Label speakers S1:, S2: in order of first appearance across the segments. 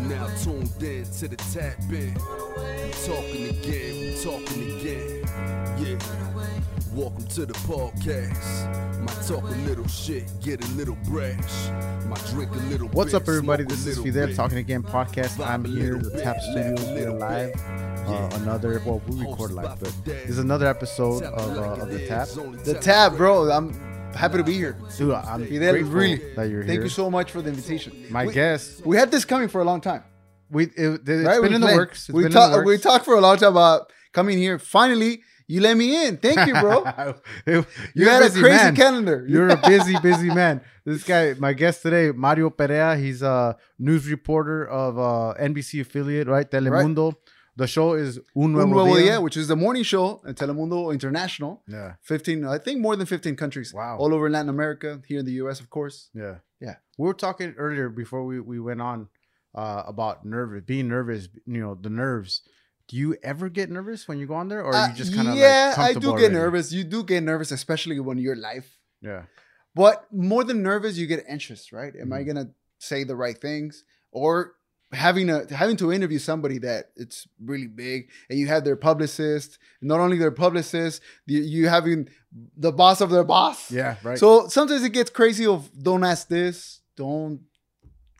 S1: now tuned in to the tap in. We talking again, we talking again. Yeah. Welcome to the podcast. My talk a little shit, get a little brash. My drink a little.
S2: What's
S1: bit,
S2: up, everybody?
S1: smoke a
S2: This is
S1: little
S2: Fidel
S1: bit.
S2: talking again podcast. I'm
S1: Vibe a
S2: here
S1: little
S2: with Tap
S1: bit, laugh
S2: Studios.
S1: a
S2: We are
S1: little
S2: live.
S1: bit.
S2: Uh,
S1: Yeah.
S2: another well, we record
S1: Hosted by
S2: live, but
S1: Fidel.
S2: this is another episode
S1: Tap
S2: of,
S1: like
S2: uh,
S1: it
S2: of the
S1: is,
S2: Tap.
S1: only
S3: The
S1: tap
S3: tab,
S1: it.
S3: bro. I'm happy to be here.
S2: Dude, I'm
S3: Fidel,
S2: grateful
S3: really,
S2: that you're
S3: Thank
S2: here.
S3: you so much for the invitation.
S2: My
S3: we,
S2: guest,
S3: We had this coming for a long time.
S2: we it, it's
S3: right?
S2: been
S3: We
S2: in the
S3: planned.
S2: works. It's
S3: we
S2: been
S3: talked.
S2: in the
S3: We
S2: works.
S3: talked for a long time about coming here. Finally, you let me in. Thank you, bro.
S2: you
S3: you had a crazy
S2: man.
S3: calendar.
S2: You're a busy, busy man. This guy, my guest today, Mario Perea. He's a news reporter of uh, NBC affiliate, right? Telemundo. The show is Un Nuevo,
S3: Un Nuevo
S2: Dia.
S3: Dia, which is the morning show at Telemundo International.
S2: Yeah,
S3: 15, I think more than 15 countries.
S2: Wow.
S3: All over Latin America, here in the US, of course.
S2: yeah, yeah. We were talking earlier before we we went on uh, about nervous, being nervous. You know, the nerves. Do you ever get nervous when you go on there, or
S3: Uh,
S2: you just kind of
S3: yeah, I do
S2: comfortable
S3: get
S2: already?
S3: nervous. You do get nervous, especially when you're live.
S2: Yeah,
S3: But more than nervous, you get anxious, right? Am I
S2: Mhm.
S3: gonna say the right things? Or having a having to interview somebody that it's really big and you have their publicist, not only their publicist, you, you having the boss of their boss.
S2: yeah, right.
S3: So sometimes it gets crazy of don't ask this, don't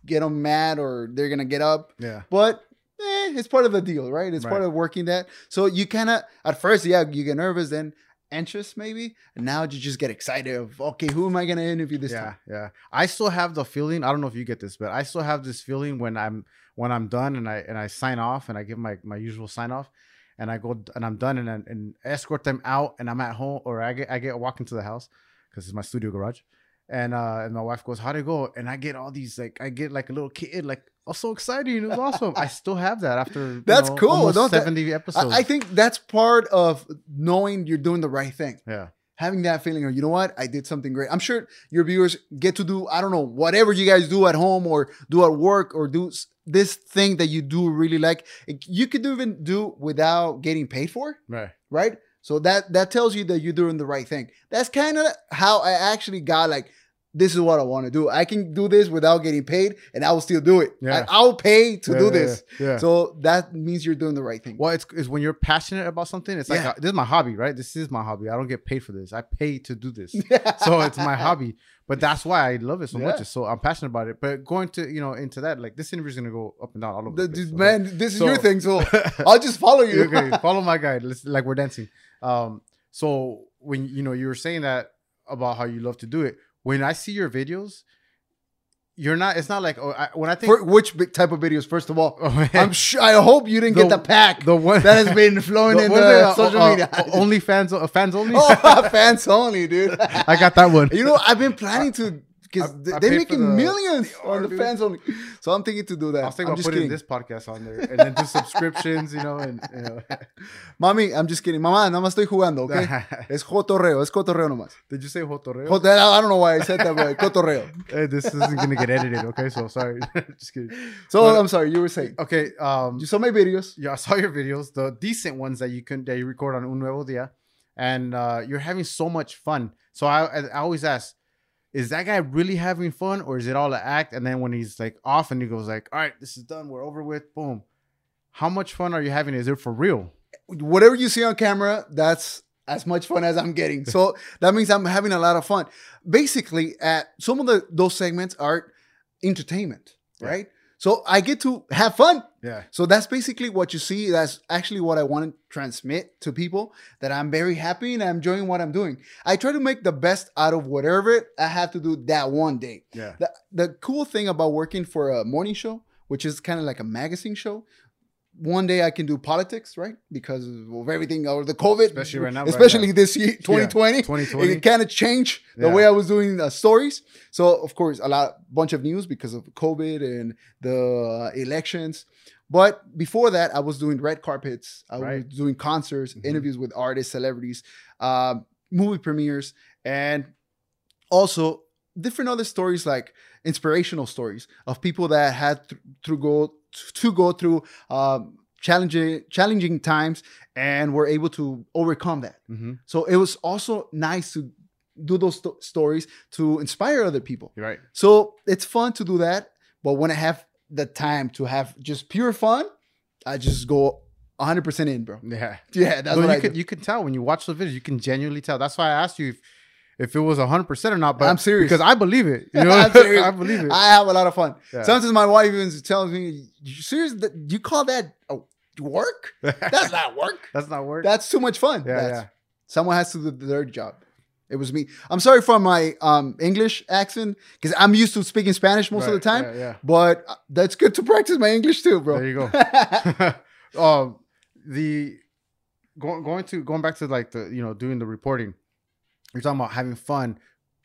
S3: get them mad or they're gonna get up.
S2: yeah,
S3: But eh, it's part of the deal, right? It's part
S2: Right.
S3: of working that. So you kinda at first, yeah, you get nervous, then anxious maybe. And now you just get excited of okay, who am I gonna interview this
S2: yeah,
S3: time?
S2: yeah. I still have the feeling. I don't know if you get this, but I still have this feeling when I'm when I'm done and I and I sign off and I give my my usual sign off, and I go and I'm done and I- and escort them out and I'm at home or I get I get walk into the house because it's my studio garage, and uh and my wife goes how'd it go and I get all these like I get like a little kid like oh so exciting it was awesome I still have that after you
S3: That's
S2: know,
S3: cool,
S2: almost
S3: don't that-
S2: seventy episodes
S3: I, I think that's part of knowing you're doing the right thing.
S2: yeah
S3: Having that feeling of, you know what, I did something great. I'm sure your viewers get to do, I don't know, whatever you guys do at home or do at work or do s- this thing that you do really like. It- You could even do without getting paid for,
S2: right
S3: right? So that that tells you that you're doing the right thing. That's kind of how I actually got like, this is what I want to do. I can do this without getting paid, and I will still do it.
S2: Yeah.
S3: I, will pay to
S2: Yeah,
S3: do
S2: yeah,
S3: this.
S2: yeah, yeah.
S3: So that means you're doing the right thing.
S2: Well, it's, it's when you're passionate about something. It's like
S3: Yeah.
S2: uh, this is my hobby, right? This is my hobby. I don't get paid for this. I pay to do this, so it's my hobby. But that's why I love it so much.
S3: Yeah.
S2: So I'm passionate about it. But going to you know into that, like this interview is gonna go up and down all over
S3: The,
S2: the, place,
S3: dude,
S2: okay?
S3: man, this is your
S2: So-
S3: thing, so I'll just follow you.
S2: okay, follow my guide. Let's like we're dancing. Um, so when you know you were saying that about how you love to do it, when I see your videos, you're not. It's not like oh, I, when I think
S3: For which big type of videos? First of all,
S2: Oh, man.
S3: I'm sure. I hope you didn't
S2: The-
S3: get the pack
S2: the one
S3: that has been flowing in
S2: what
S3: the
S2: is it, uh,
S3: social
S2: uh,
S3: media.
S2: only fans, uh, fans only.
S3: oh, fans only, dude.
S2: I got that one.
S3: you know, I've been planning to because
S2: I- I
S3: they're
S2: paid for
S3: making
S2: the-
S3: millions
S2: they
S3: on
S2: are,
S3: the
S2: dude.
S3: fans only. So I'm thinking to do that.
S2: I was thinking
S3: am
S2: about
S3: just
S2: putting
S3: kidding.
S2: this podcast on there and then do subscriptions, you know, and you know.
S3: Mommy, I'm just kidding. Mamá, nada más estoy jugando, okay? es cotorreo, es cotorreo nomás.
S2: Did you say Jotorreo?
S3: Jot- I don't know why I said that, but cotorreo.
S2: Hey, this isn't gonna get edited, okay? So sorry. Just kidding.
S3: So
S2: But-
S3: I'm sorry, you were saying.
S2: Okay, um
S3: You saw my videos.
S2: yeah, I saw your videos, the decent ones that you can that you record on Un Nuevo Dia, and uh you're having so much fun. So I I I always ask, is that guy really having fun or is it all an act? And then when he's like off and he goes like, All right, this is done, we're over with, boom. How much fun are you having? Is it for real?
S3: whatever you see on camera, that's as much fun as I'm getting. So that means I'm having a lot of fun. Basically, at some of the those segments are entertainment,
S2: Yeah.
S3: right? So I get to have fun.
S2: Yeah.
S3: So that's basically what you see. That's actually what I want to transmit to people that I'm very happy and I'm enjoying what I'm doing. I try to make the best out of whatever I have to do that one day.
S2: Yeah.
S3: The, the cool thing about working for a morning show, which is kind of like a magazine show, one day I can do politics, right? Because of everything or the COVID,
S2: Especially right now, right
S3: especially this year, 2020.
S2: 2020.
S3: It kind of changed the
S2: Yeah.
S3: way I was doing uh, stories. So of course, a lot, bunch of news because of COVID and the uh, elections. But before that, I was doing red carpets. I
S2: Right.
S3: was doing concerts,
S2: Mhm.
S3: interviews with artists, celebrities, um, movie premieres, and also different other stories like inspirational stories of people that had th- to go to go through um, challenging challenging times and were able to overcome that.
S2: Mm-hmm.
S3: So it was also nice to do those sto- stories to inspire other people.
S2: You're right.
S3: So it's fun to do that, but when I have the time to have just pure fun, I just go 100% in, bro.
S2: Yeah.
S3: Yeah, that's
S2: Well,
S3: what
S2: you
S3: I
S2: could
S3: do.
S2: you can tell when you watch the videos, you can genuinely tell. That's why I asked you if, if it was hundred percent or not. But
S3: I'm serious.
S2: because I believe it. You know,
S3: I'm serious.
S2: I believe it.
S3: I have a lot of fun.
S2: Yeah.
S3: Sometimes my wife even tells me, "You serious? That- You call that a work? That's not work.
S2: That's not work.
S3: That's too much fun."
S2: yeah,
S3: That's-
S2: yeah.
S3: Someone has to do the dirty job. It was me. I'm sorry for my um, English accent because I'm used to speaking Spanish most of the
S2: Right,
S3: time.
S2: Yeah, yeah.
S3: But uh, that's good to practice my English too, bro.
S2: There you go.
S3: yeah,
S2: um, the going going to going back to like the you know doing the reporting. You're talking about having fun,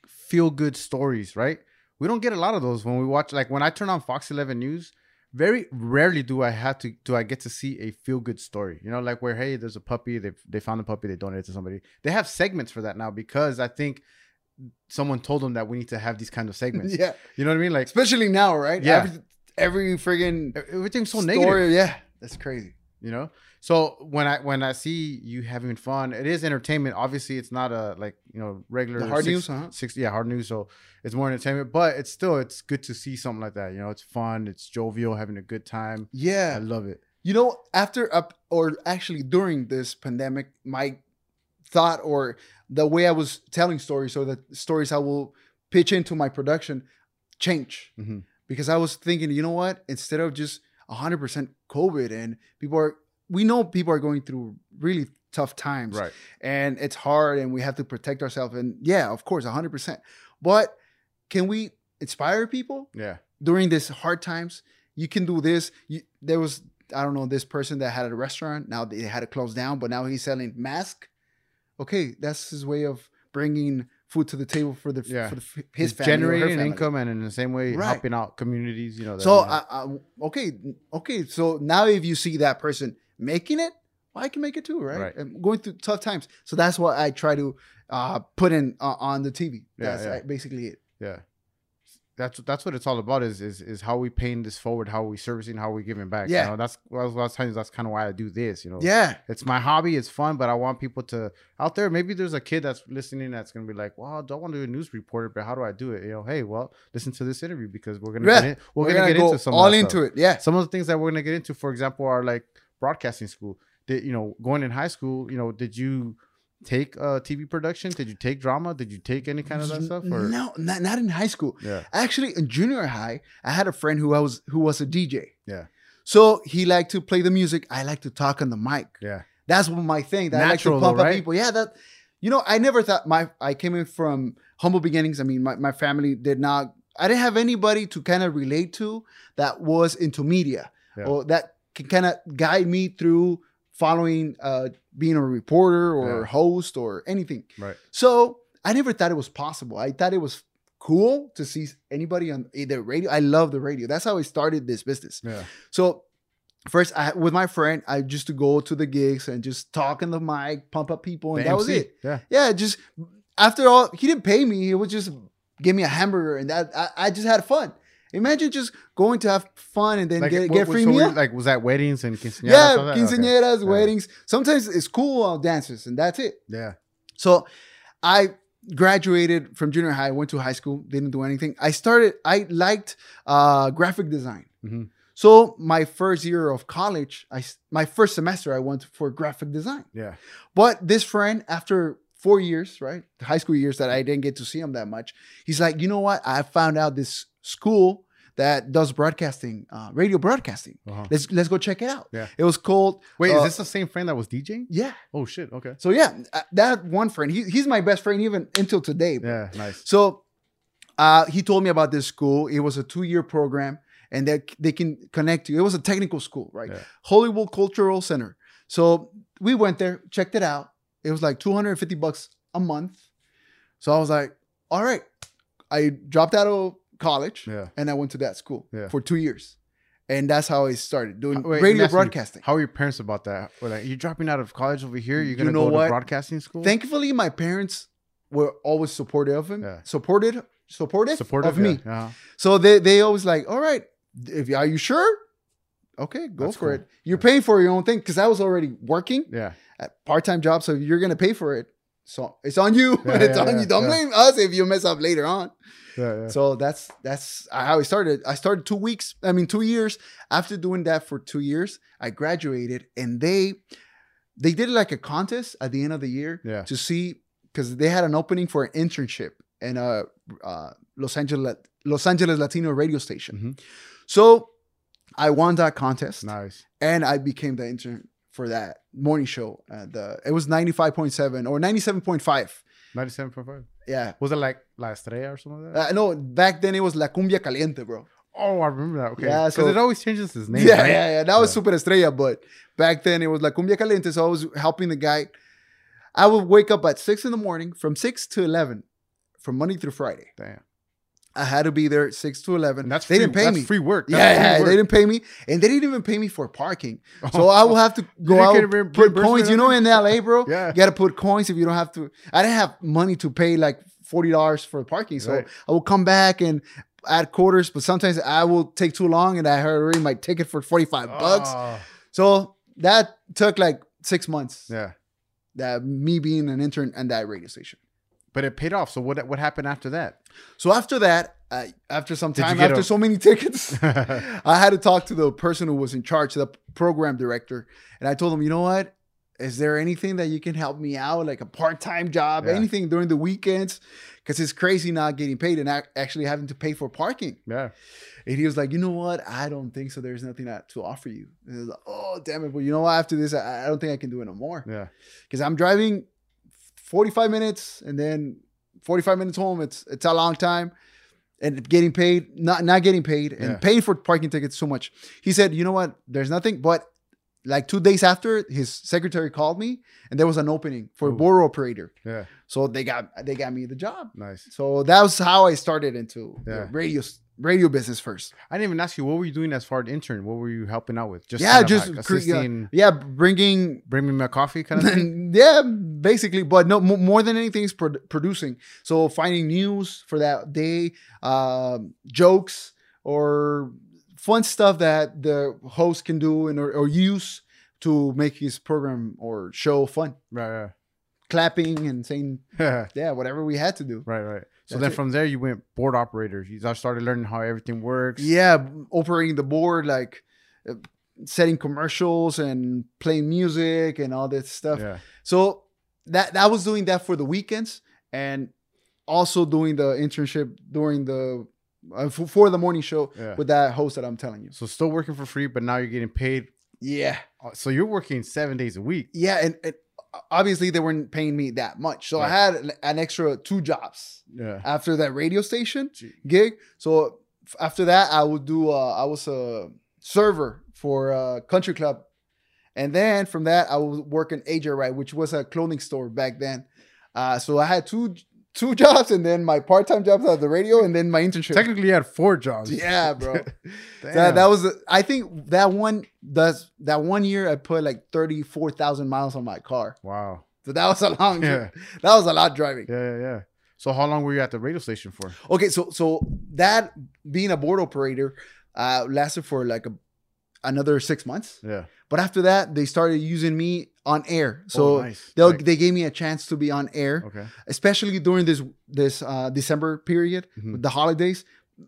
S2: feel good stories, right? We don't get a lot of those when we watch. Like when I turn on Fox 11 News, very rarely do I have to do I get to see a feel good story. You know, like where hey, there's a puppy. They they found a puppy. They donated to somebody. They have segments for that now because I think someone told them that we need to have these kind of segments. You know what I mean? Like
S3: especially now, right?
S2: Yeah.
S3: Every, every friggin'
S2: everything's so
S3: story,
S2: negative.
S3: yeah, that's crazy.
S2: you know so when i when i see you having fun it is entertainment obviously it's not a like you know regular
S3: The hard
S2: six-
S3: news, huh?
S2: six yeah hard news so it's more entertainment but it's still it's good to see something like that you know it's fun it's jovial having a good time i
S3: Yeah,
S2: love it
S3: you know, after up or actually during this pandemic, my thought or the way I was telling stories or the stories I will pitch into my production change.
S2: Mhm.
S3: because I was thinking, you know what? Instead of just 100% COVID and people are, we know people are going through really tough times
S2: right
S3: and it's hard and we have to protect ourselves. And yeah, of course, 100%. But can we inspire people
S2: yeah
S3: during these hard times? You can do this. You, there was, I don't know, this person that had a restaurant. Now they had to close down, but now he's selling mask. Okay, that's his way of bringing food to the table for the
S2: Yeah.
S3: for the, his
S2: It's
S3: family or her
S2: generating
S3: family.
S2: income and in the same way
S3: Right.
S2: helping out communities you know that
S3: So uh,
S2: need help.
S3: I, I, okay, okay. So now if you see that person making it, well, I can make it too, right?
S2: Right.
S3: I'm going through tough times, so that's what I try to uh, put in uh, on the TV.
S2: Yeah,
S3: That's
S2: yeah.
S3: uh, basically it.
S2: yeah that's that's what it's all about is is is how we paying this forward how we servicing how we giving back
S3: Yeah.
S2: you know that's well, that's times that's kind of why i do this you know
S3: Yeah,
S2: it's my hobby it's fun but i want people to out there maybe there's a kid that's listening that's going to be like well i don't want to be a news reporter but how do i do it you know hey well listen to this interview because we're going to
S3: Yeah.
S2: get in, we're, going to get
S3: go
S2: into some
S3: all into it. Yeah,
S2: some of the things that we're going to get into for example are like broadcasting school did you know going in high school you know did you take uh tv production did you take drama did you take any kind of that stuff or
S3: no, not not in high school.
S2: yeah
S3: Actually, in junior high, I had a friend who I was who was a DJ.
S2: Yeah.
S3: So he liked to play the music. I like to talk on the mic.
S2: yeah
S3: That's what my thing. That I
S2: Natural
S3: like to pump
S2: though,
S3: up
S2: right?
S3: people. Yeah, that you know, I never thought my I came in from humble beginnings. I mean, my, my family did not I didn't have anybody to kind of relate to that was into media
S2: Yeah.
S3: or that can kind of guide me through following uh being a reporter or
S2: Yeah.
S3: host or anything.
S2: Right.
S3: So I never thought it was possible. I thought it was cool to see anybody on either radio. I love the radio. That's how I started this business.
S2: yeah
S3: So first, I with my friend, I used to go to the gigs and just talk in the mic, pump up people, and
S2: The
S3: that was
S2: MC,
S3: it.
S2: yeah
S3: Yeah, just after all, he didn't pay me. He would just give me a hamburger, and that I, I just had fun. Imagine just going to have fun and then get,
S2: what-
S3: get
S2: what-
S3: free
S2: so were you-
S3: meal.
S2: like was that weddings and quinceañeras
S3: yeah,
S2: all that? Okay.
S3: quinceañeras,
S2: Yeah.
S3: weddings. Sometimes it's cool uh, dances, and that's it.
S2: yeah
S3: So I graduated from junior high, went to high school, didn't do anything. I started, I liked uh, graphic design.
S2: Mhm.
S3: So my first year of college, I s- my first semester, I went for graphic design.
S2: yeah
S3: But this friend, after four years, right, the high school years that I didn't get to see him that much, he's like, you know what? I found out this school that does broadcasting, uh, radio broadcasting.
S2: uh-huh.
S3: Let's let's go check it out.
S2: Yeah.
S3: It was called.
S2: wait
S3: uh,
S2: is this the same friend that was djing
S3: Yeah.
S2: oh shit okay
S3: So yeah, uh, that one friend, he, he's my best friend even until today. bro.
S2: yeah nice
S3: So uh, he told me about this school. It was a two-year program, and they they can connect you. It was a technical school, right?
S2: Yeah.
S3: Hollywood Cultural Center. So we went there, checked it out. It was like 250 bucks a month. So I was like, all right. I dropped out of college
S2: yeah
S3: and I went to that school
S2: Yeah. Uh,
S3: for two years. And that's how I started doing
S2: Wait, let me
S3: radio
S2: ask you,
S3: broadcasting.
S2: How are your parents about that? Were like, you're dropping out of college over here. You're
S3: You
S2: gonna
S3: know
S2: go
S3: what?
S2: to broadcasting school.
S3: Thankfully, my parents were always supportive of him.
S2: Yeah.
S3: Supported supportive,
S2: Supportive
S3: of me.
S2: Yeah. Uh-huh.
S3: So they they always like, all right, if are you sure? Okay, go
S2: That's
S3: for
S2: cool.
S3: it. You're paying for your own thing because I was already working
S2: yeah.
S3: at part time job, so you're gonna pay for it. so it's on you.
S2: Yeah, yeah,
S3: it's on
S2: yeah,
S3: you. Don't
S2: yeah.
S3: blame us if you mess up later on.
S2: Yeah, yeah.
S3: So that's that's how I started. I started two weeks, I mean two years. After doing that for two years, I graduated and they they did like a contest at the end of the year
S2: Yeah.
S3: to see because they had an opening for an internship in a uh, Los Angeles Los Angeles Latino radio station.
S2: Mhm.
S3: So I won that contest
S2: nice.
S3: and I became the intern for that morning show. Uh, the it was ninety five point seven or ninety seven point five.
S2: Ninety-seven point five.
S3: Yeah.
S2: Was it like La Estrella or something like that?
S3: Uh, no, back then it was La Cumbia Caliente, bro.
S2: oh, I remember that. Okay.
S3: yeah,
S2: Because
S3: so-
S2: it always changes his name.
S3: Yeah,
S2: right?
S3: yeah, yeah. That was
S2: Yeah.
S3: Super Estrella, but back then it was La Cumbia Caliente. So I was helping the guy. I would wake up at six in the morning from six to 11 from Monday through Friday.
S2: Damn.
S3: I had to be there six to 11.
S2: And that's
S3: they
S2: free,
S3: didn't pay
S2: that's
S3: me.
S2: Free work.
S3: yeah,
S2: That's free
S3: yeah,
S2: work. Oh.
S3: they didn't pay me. And they didn't even pay me for parking. So I will have to go
S2: didn't
S3: out
S2: get
S3: and
S2: re-
S3: put
S2: reimbursement
S3: coins. You
S2: on
S3: know,
S2: it?
S3: in LA, bro,
S2: Yeah.
S3: you got to put coins if you don't have to. I didn't have money to pay like $40 for parking. So
S2: Right.
S3: I will come back and add quarters, but sometimes I will take too long and I had already my ticket for 45 bucks.
S2: Oh,
S3: So that took like six months.
S2: yeah.
S3: That me being an intern and that radio station.
S2: But it paid off. So what what happened after that?
S3: So after that, I, after some
S2: Did you
S3: time,
S2: get
S3: after
S2: a-
S3: so many tickets, I had to talk to the person who was in charge, the program director, and I told him, you know what? Is there anything that you can help me out, like a part-time job,
S2: Yeah.
S3: anything during the weekends? Because it's crazy not getting paid and ac- actually having to pay for parking.
S2: yeah.
S3: And he was like, you know what? I don't think so. There's nothing that- to offer you. And I was like, oh damn it! Well, you know what? After this, I, I don't think I can do it no more.
S2: Yeah.
S3: because I'm driving 45 minutes and then 45 minutes home. It's it's a long time, and getting paid, not not getting paid, and
S2: Yeah.
S3: paying for parking tickets so much. He said, you know what? There's nothing, but like two days after, his secretary called me, and there was an opening for a
S2: Ooh.
S3: border operator.
S2: Yeah.
S3: So they got they got me the job.
S2: Nice.
S3: So that was how I started into
S2: Yeah.
S3: the radio radio business first.
S2: I didn't even ask you what were you doing as far as intern? What were you helping out with? Just
S3: yeah,
S2: kind of
S3: just
S2: like
S3: cre- yeah,
S2: assisting,
S3: yeah, bringing
S2: bring me my coffee kind of thing.
S3: yeah, basically, but no mo- more than anything is pro- producing. So finding news for that day, um, jokes or fun stuff that the host can do and or, or use to make his program or show fun,
S2: right.
S3: clapping and saying
S2: Right.
S3: yeah, whatever we had to do.
S2: right. Right. So
S3: That's
S2: then
S3: it.
S2: from there you went board operators. You just started learning how everything works.
S3: Yeah, operating the board like uh, setting commercials and playing music and all that stuff.
S2: Yeah.
S3: So that that was doing that for the weekends and also doing the internship during the uh, for, for the morning show
S2: Yeah.
S3: with that host that I'm telling you.
S2: So still working for free, but now you're getting paid.
S3: Yeah,
S2: Uh, So you're working seven days a week.
S3: yeah, and, and obviously they weren't paying me that much, so I
S2: Right.
S3: had an- an extra two jobs
S2: Yeah.
S3: after that radio station
S2: Gee.
S3: gig. So f- after that, I would do. Uh, I was a server for a country club, and then from that, I was working AJ Right, which was a clothing store back then. Uh, so I had two two jobs, and then my part time jobs at the radio, and then my internship.
S2: Technically, you had four jobs.
S3: yeah, bro.
S2: Damn.
S3: That, that was. I think that one does that one year. I put like thirty four thousand miles on my car.
S2: wow.
S3: So that was a long.
S2: Yeah.
S3: That was a lot driving.
S2: Yeah. Yeah. Yeah. So how long were you at the radio station for?
S3: Okay, so so that being a board operator uh, lasted for like a, another six months.
S2: Yeah.
S3: But after that, they started using me on air. So
S2: Oh, nice.
S3: they
S2: Like-
S3: they gave me a chance to be on air,
S2: okay.
S3: especially during this this uh, December period,
S2: Mhm.
S3: with the holidays.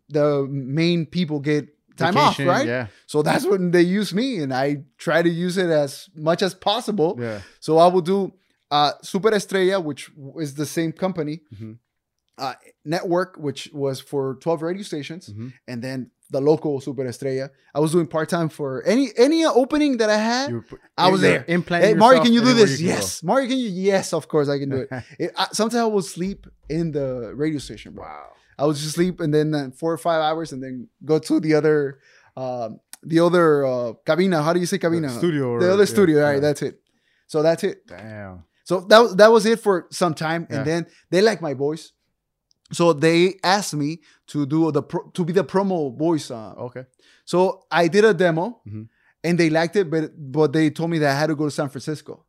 S3: The main people get time
S2: Vacation,
S3: off, right?
S2: Yeah.
S3: So that's when they use me, and I try to use it as much as possible.
S2: Yeah.
S3: So I will do uh, Super Estrella, which is the same company,
S2: Mhm.
S3: uh, network, which was for 12 radio stations,
S2: Mhm.
S3: and then the local Super Estrella. I was doing part time for any any opening that I had.
S2: You were pu-
S3: I was
S2: you're
S3: there.
S2: Implanting
S3: Hey, Mario,
S2: yourself
S3: can you do
S2: anywhere
S3: this?
S2: can go.
S3: yes, Mario, can you? Yes, of course I can do it. it I, sometimes I will sleep in the radio station. Bro.
S2: wow.
S3: I would just sleep and then uh, four or five hours, and then go to the other. Um, the other uh, cabina, how do you say cabina?
S2: studio or-
S3: uh, The other
S2: yeah,
S3: studio, all right,
S2: yeah.
S3: that's it. So that's it.
S2: Damn.
S3: So that was that was it for some time,
S2: Yeah.
S3: and then they like my voice, so they asked me to do the pro, to be the promo voice. Uh,
S2: Okay.
S3: So I did a demo,
S2: Mhm.
S3: and they liked it, but but they told me that I had to go to San Francisco.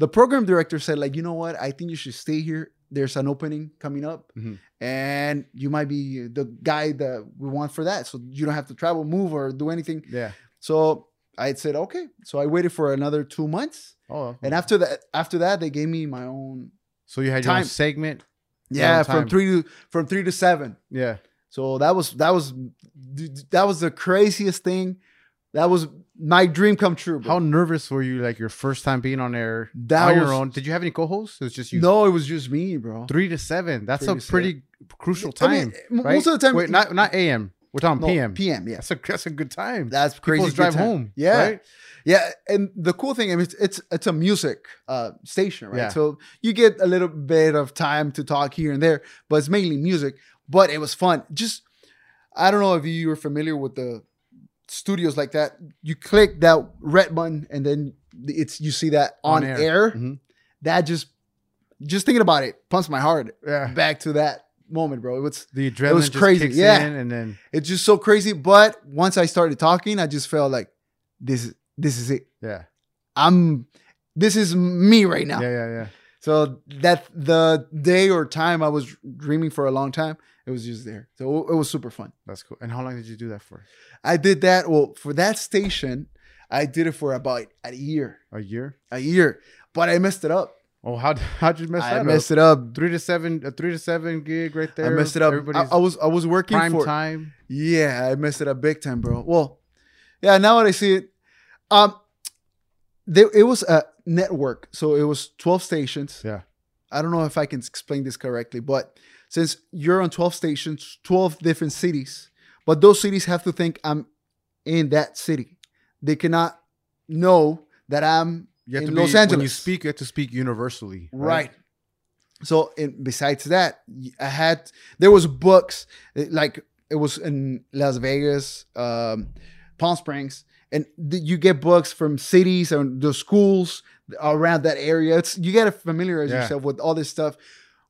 S3: The program director said, like, you know what? I think you should stay here. There's an opening coming up,
S2: Mhm.
S3: and you might be the guy that we want for that. So you don't have to travel, move, or do anything.
S2: Yeah.
S3: So I said, okay. So I waited for another two months.
S2: Oh.
S3: And after that, after that, they gave me my own
S2: So you had your own
S3: Time.
S2: segment.
S3: Yeah,
S2: own
S3: from
S2: time.
S3: three to from three to seven.
S2: Yeah.
S3: So that was that was that was the craziest thing. That was my dream come true. bro.
S2: How nervous were you like your first time being on air on
S3: That was-
S2: your own? Did you have any co-hosts? It was just you.
S3: no, it was just me, bro.
S2: Three to seven. That's
S3: Three
S2: a
S3: to
S2: pretty crucial
S3: I
S2: time.
S3: mean, m-
S2: right?
S3: most of the time-
S2: Wait, not not AM. We're talking
S3: No,
S2: PM.
S3: PM, yeah.
S2: That's a that's a good time.
S3: That's crazy.
S2: People
S3: good
S2: drive
S3: time.
S2: home.
S3: Yeah.
S2: right?
S3: Yeah, and the cool thing, I mean, it's it's, it's a music uh, station, right?
S2: Yeah.
S3: So you get a little bit of time to talk here and there, but it's mainly music. But it was fun. Just I don't know if you were familiar with the studios like that. You click that red button, and then it's you see that
S2: On
S3: on, air. Mm-hmm.
S2: air. Mhm.
S3: That just just thinking about it pumps my heart
S2: Yeah.
S3: back to that moment, bro. It was
S2: The adrenaline
S3: was
S2: just
S3: crazy,
S2: kicks
S3: yeah.
S2: in and then
S3: it's just so crazy. But once I started talking, I just felt like this is this is it.
S2: yeah.
S3: I'm this is me right now.
S2: Yeah, yeah, yeah.
S3: So that the day or time I was dreaming for a long time, it was just there. So it was super fun.
S2: That's cool. And how long did you do that for?
S3: I did that. Well, for that station, I did it for about a year,
S2: A year?
S3: a year. But I messed it up.
S2: Oh, how how'd you mess
S3: I
S2: that
S3: messed
S2: up?
S3: it up.
S2: Three to seven, a three to seven gig right there.
S3: I messed it up. I,
S2: Everybody's
S3: I was I was working
S2: prime
S3: for
S2: time.
S3: yeah. I messed it up big time, bro. Well, yeah. Now that I see it, um, they, it was a network, so it was twelve stations.
S2: Yeah.
S3: I don't know if I can explain this correctly, but since you're on 12 stations, 12 different cities, but those cities have to think I'm in that city. They cannot know that I'm
S2: You have
S3: in
S2: to
S3: Los
S2: be, When you
S3: Angeles.
S2: speak, you have to speak universally.
S3: right. So, and besides that, I had there was books eh, like it was in Las Vegas, um, Palm Springs, and th- you get books from cities and the schools around that area. It's you gotta familiarize
S2: Yeah.
S3: yourself with all this stuff.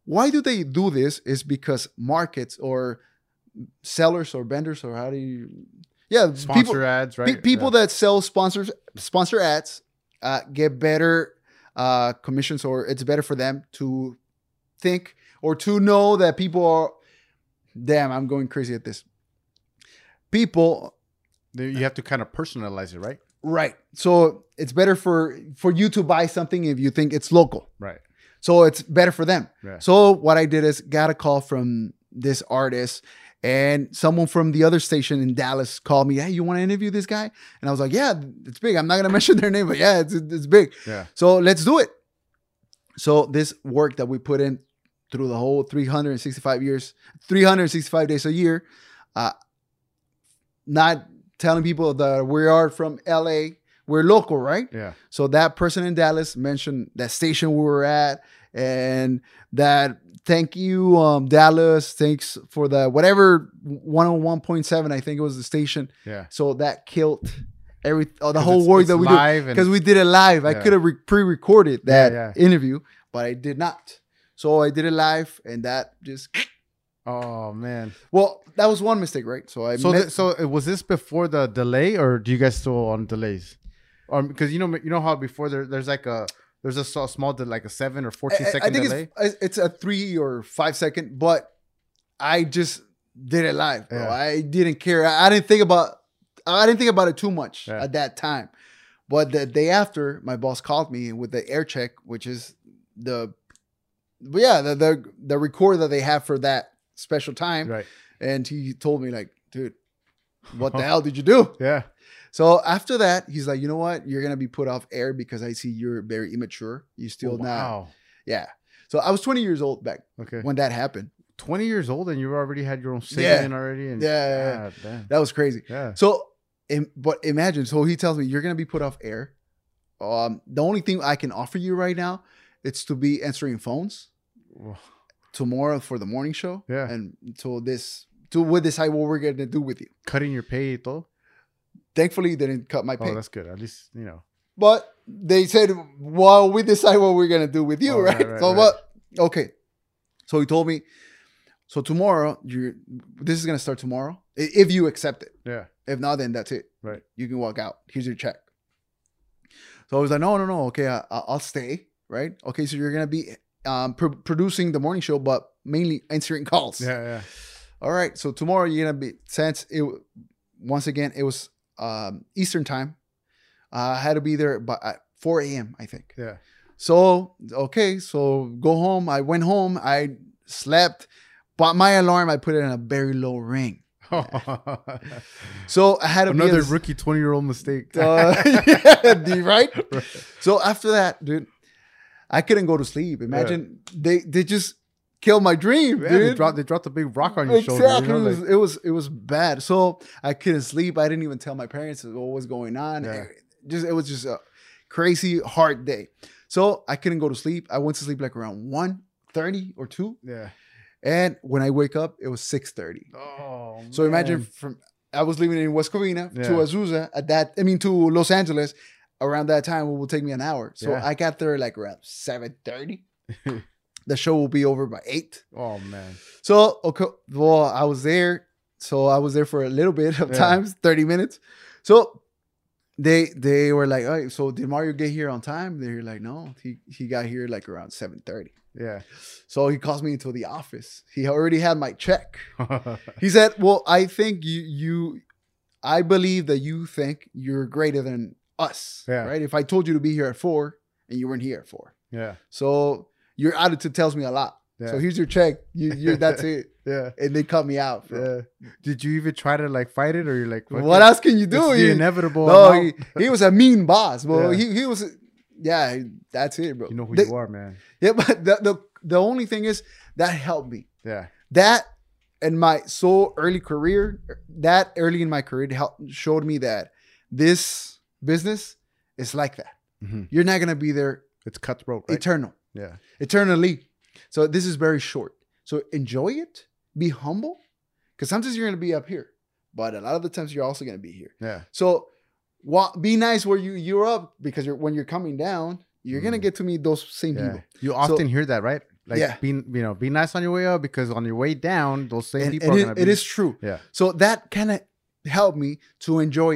S3: Why do they do this? Is because markets or sellers or vendors or how do you, yeah,
S2: Sponsor
S3: people,
S2: ads,
S3: Pe-
S2: right?
S3: people that sell sponsors sponsor ads uh, get better uh, commissions, or it's better for them to think or to know that people are. Damn, I'm going crazy at this. People,
S2: that you have to kind of personalize it, right?
S3: right? So it's better for for you to buy something if you think it's local.
S2: Right.
S3: So it's better for them.
S2: Yeah.
S3: So what I did is got a call from this artist and someone from the other station in Dallas called me, "Hey, you want to interview this guy?" And I was like, "Yeah, it's big. I'm not going to mention their name, but yeah, it's it's big."
S2: Yeah.
S3: So let's do it. So this work that we put in through the whole 365 years, 365 days a year, uh, not telling people that we are from LA, we're local, right?
S2: Yeah.
S3: So that person in Dallas mentioned that station we were at and that thank you, um, Dallas. Thanks for the whatever 101.7, I think it was the station.
S2: Yeah.
S3: So that killed every oh, the
S2: 'Cause
S3: whole
S2: it's-
S3: work
S2: it's
S3: that we did
S2: live
S3: because we did it live. I
S2: Yeah.
S3: could have re- pre-recorded that
S2: Yeah,
S3: interview, but I did not. So I did it live, and that just
S2: Oh man.
S3: well, that was one mistake, right? So I
S2: So
S3: met-
S2: th- so it- was this before the delay, or do you guys still on delays? Or because you know you know how before there, there's like a there's a so- small de- like a seven or
S3: I-
S2: fourteen
S3: I,
S2: second
S3: I think
S2: delay.
S3: it's it's a three or five second, but I just did it live, bro.
S2: Yeah.
S3: I didn't care. I, I didn't think about I didn't think about it too much
S2: Yeah.
S3: at that time. But the day after, my boss called me with the air check, which is the but yeah the the, the record that they have for that special time,
S2: right.
S3: and he told me like, dude, what the hell did you do?
S2: Yeah.
S3: So after that, he's like, you know what, you're gonna be put off air because I see you're very immature. You still
S2: Oh,
S3: not
S2: wow.
S3: yeah. So I was 20 years old back
S2: Okay.
S3: when that happened.
S2: 20 years old and you already had your own
S3: Yeah.
S2: segment already and
S3: Yeah, yeah,
S2: God damn.
S3: That was crazy.
S2: yeah
S3: So, im- but imagine. So he tells me you're gonna be put off air. Um, the only thing I can offer you right now, it's to be answering phones
S2: Well,
S3: tomorrow for the morning show.
S2: Yeah.
S3: And so this to we decide what we're gonna do with you.
S2: cutting your pay though
S3: Thankfully, they didn't cut my
S2: oh
S3: pay,
S2: that's good at least you know
S3: but they said, "Well, we decide what we're gonna do with you,
S2: Oh,
S3: right?
S2: right, right,
S3: So
S2: right.
S3: what? Okay. So he told me. So tomorrow, you this is gonna start tomorrow i- if you accept it.
S2: yeah
S3: If not, then that's it.
S2: Right.
S3: You can walk out. Here's your check. So I was like, no, no, no. Okay, I, I- I'll stay. Right. Okay. So you're gonna be um, pro- producing the morning show, but mainly answering calls.
S2: yeah yeah
S3: All right. So tomorrow you're gonna be since it w- once again it was um, Eastern time. Uh, I had to be there by at 4 a.m. I think.
S2: yeah
S3: So, okay, so go home. I went home. I slept, bought my alarm. I put it in a very low ring. So I had to be
S2: Oh. Another
S3: as-
S2: rookie twenty year old mistake.
S3: Uh, yeah, dude, right? So after that, dude, I couldn't go to sleep. Imagine they they just killed my dream,
S2: Yeah,
S3: dude.
S2: they dropped they dropped a big rock on your
S3: exactly.
S2: shoulder. You know,
S3: it,
S2: like,
S3: was, it was it was bad. So I couldn't sleep. I didn't even tell my parents what was going on.
S2: Yeah.
S3: It- just it was just a crazy hard day. So I couldn't go to sleep. I went to sleep like around 1 or 2.
S2: yeah.
S3: And when I wake up, it was six thirty.
S2: Oh.
S3: So imagine from I was living in West Covina to
S2: Yeah.
S3: Azusa at that I mean to Los Angeles around that time it would take me an hour. So
S2: Yeah.
S3: I got there like around 7:30. the show will be over by 8.
S2: Oh man.
S3: So okay well I was there so I was there for a little bit of
S2: Yeah.
S3: times 30 minutes. So they they were like, "All right, so did Mario get here on time?" They're like, "No, he he got here like around 7:30."
S2: Yeah.
S3: So he calls me into the office. He already had my check. He said, "Well, I think you you I believe that you think you're greater than us,
S2: Yeah.
S3: right? If I told you to be here at 4 and you weren't here at 4.
S2: yeah.
S3: So your attitude tells me a lot.
S2: Yeah.
S3: So here's your check. You you that's it.
S2: yeah.
S3: And they cut me out. bro.
S2: Yeah. Did you even try to like fight it, or you're like, fuck
S3: What
S2: it,
S3: else can you
S2: it's
S3: do?
S2: the
S3: He-
S2: inevitable.
S3: no,
S2: amount.
S3: he, he was a mean boss, bro.
S2: Yeah.
S3: He he was yeah, that's it, bro.
S2: you know who
S3: They-
S2: you are, man.
S3: Yeah, but the, the the only thing is that helped me.
S2: Yeah.
S3: that and my so early career that early in my career helped, showed me that this business is like that
S2: Mhm.
S3: you're not going to be there
S2: It's cutthroat, right?
S3: eternal
S2: yeah.
S3: eternally so this is very short so enjoy it be humble because sometimes you're going to be up here but a lot of the times you're also going to be here
S2: Yeah.
S3: so wa- be nice where you you're up because you're when you're coming down you're going to
S2: Mm.
S3: get to meet those same
S2: Yeah.
S3: people
S2: You
S3: So-
S2: often hear that, right? Like
S3: Yeah.
S2: be you know, be nice on your way up because on your way down, those same
S3: and,
S2: people
S3: and
S2: are
S3: it-
S2: gonna be
S3: it is true
S2: Yeah.
S3: So that kind of helped me to enjoy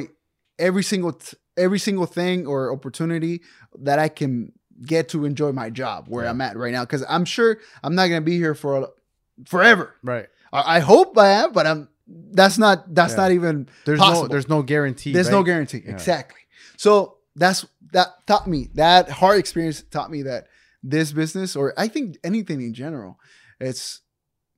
S3: every single t- every single thing or opportunity that I can get to enjoy my job where
S2: Yeah.
S3: I'm at right now. Because I'm sure I'm not gonna be here for a, forever.
S2: Right.
S3: I, I hope I am, but I'm. That's not. That's
S2: Yeah.
S3: not even.
S2: There's
S3: Possible.
S2: no there's no guarantee.
S3: There's no
S2: right?
S3: guarantee.
S2: Yeah.
S3: Exactly. So that's that taught me that hard experience taught me that this business or I think anything in general, it's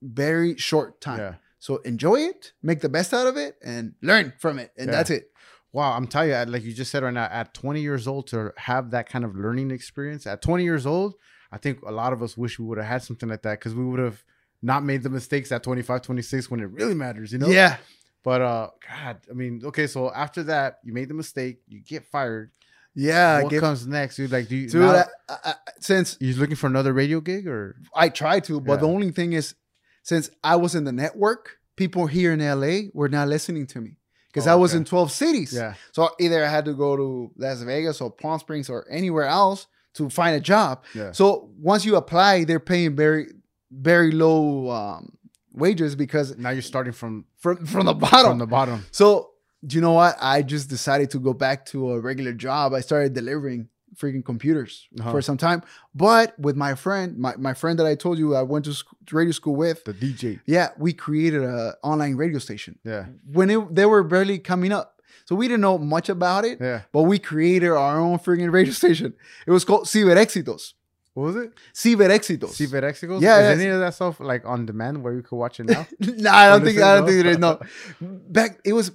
S3: very short time.
S2: Yeah.
S3: So enjoy it, make the best out of it, and learn from it. And
S2: Yeah.
S3: that's it.
S2: Wow, I'm telling you, at- like you just said right now, at 20 years old to have that kind of learning experience at 20 years old, I think a lot of us wish we would have had something like that because we would have not made the mistakes at 25, 26 when it really matters, you know?
S3: Yeah.
S2: But uh, God, I mean, okay, so after that, you made the mistake, you get fired.
S3: Yeah.
S2: what
S3: give-
S2: comes next, dude? Like, do you?
S3: dude,
S2: now,
S3: I- I- I- since
S2: you looking for another radio gig or?
S3: I tried to, but the
S2: Yeah.
S3: only thing is, since I was in the network, people here in LA were not listening to me because
S2: Oh,
S3: I was
S2: okay.
S3: in 12 cities.
S2: Yeah,
S3: So either I had to go to Las Vegas or Palm Springs or anywhere else to find a job.
S2: yeah,
S3: So once you apply, they're paying very, very low um, wages because
S2: now you're starting from
S3: from, from the bottom.
S2: from the bottom.
S3: So, do you know what? I just decided to go back to a regular job. I started delivering freaking computers
S2: Uh-huh.
S3: for some time, but with my friend, my, my friend that I told you I went to sc- to radio school with.
S2: The DJ.
S3: Yeah, we created a online radio station
S2: Yeah,
S3: when it, they were barely coming up. So we didn't know much about it,
S2: yeah.
S3: but we created our own freaking radio station. It was called Ciber Exitos.
S2: What was it?
S3: Ciber Exitos.
S2: Ciberexicals?
S3: Yeah,
S2: Is
S3: yes.
S2: any of that stuff like on demand where you could watch it now?
S3: no, I don't
S2: On
S3: think
S2: this
S3: I
S2: end,
S3: don't think it is.
S2: no?
S3: No, back it was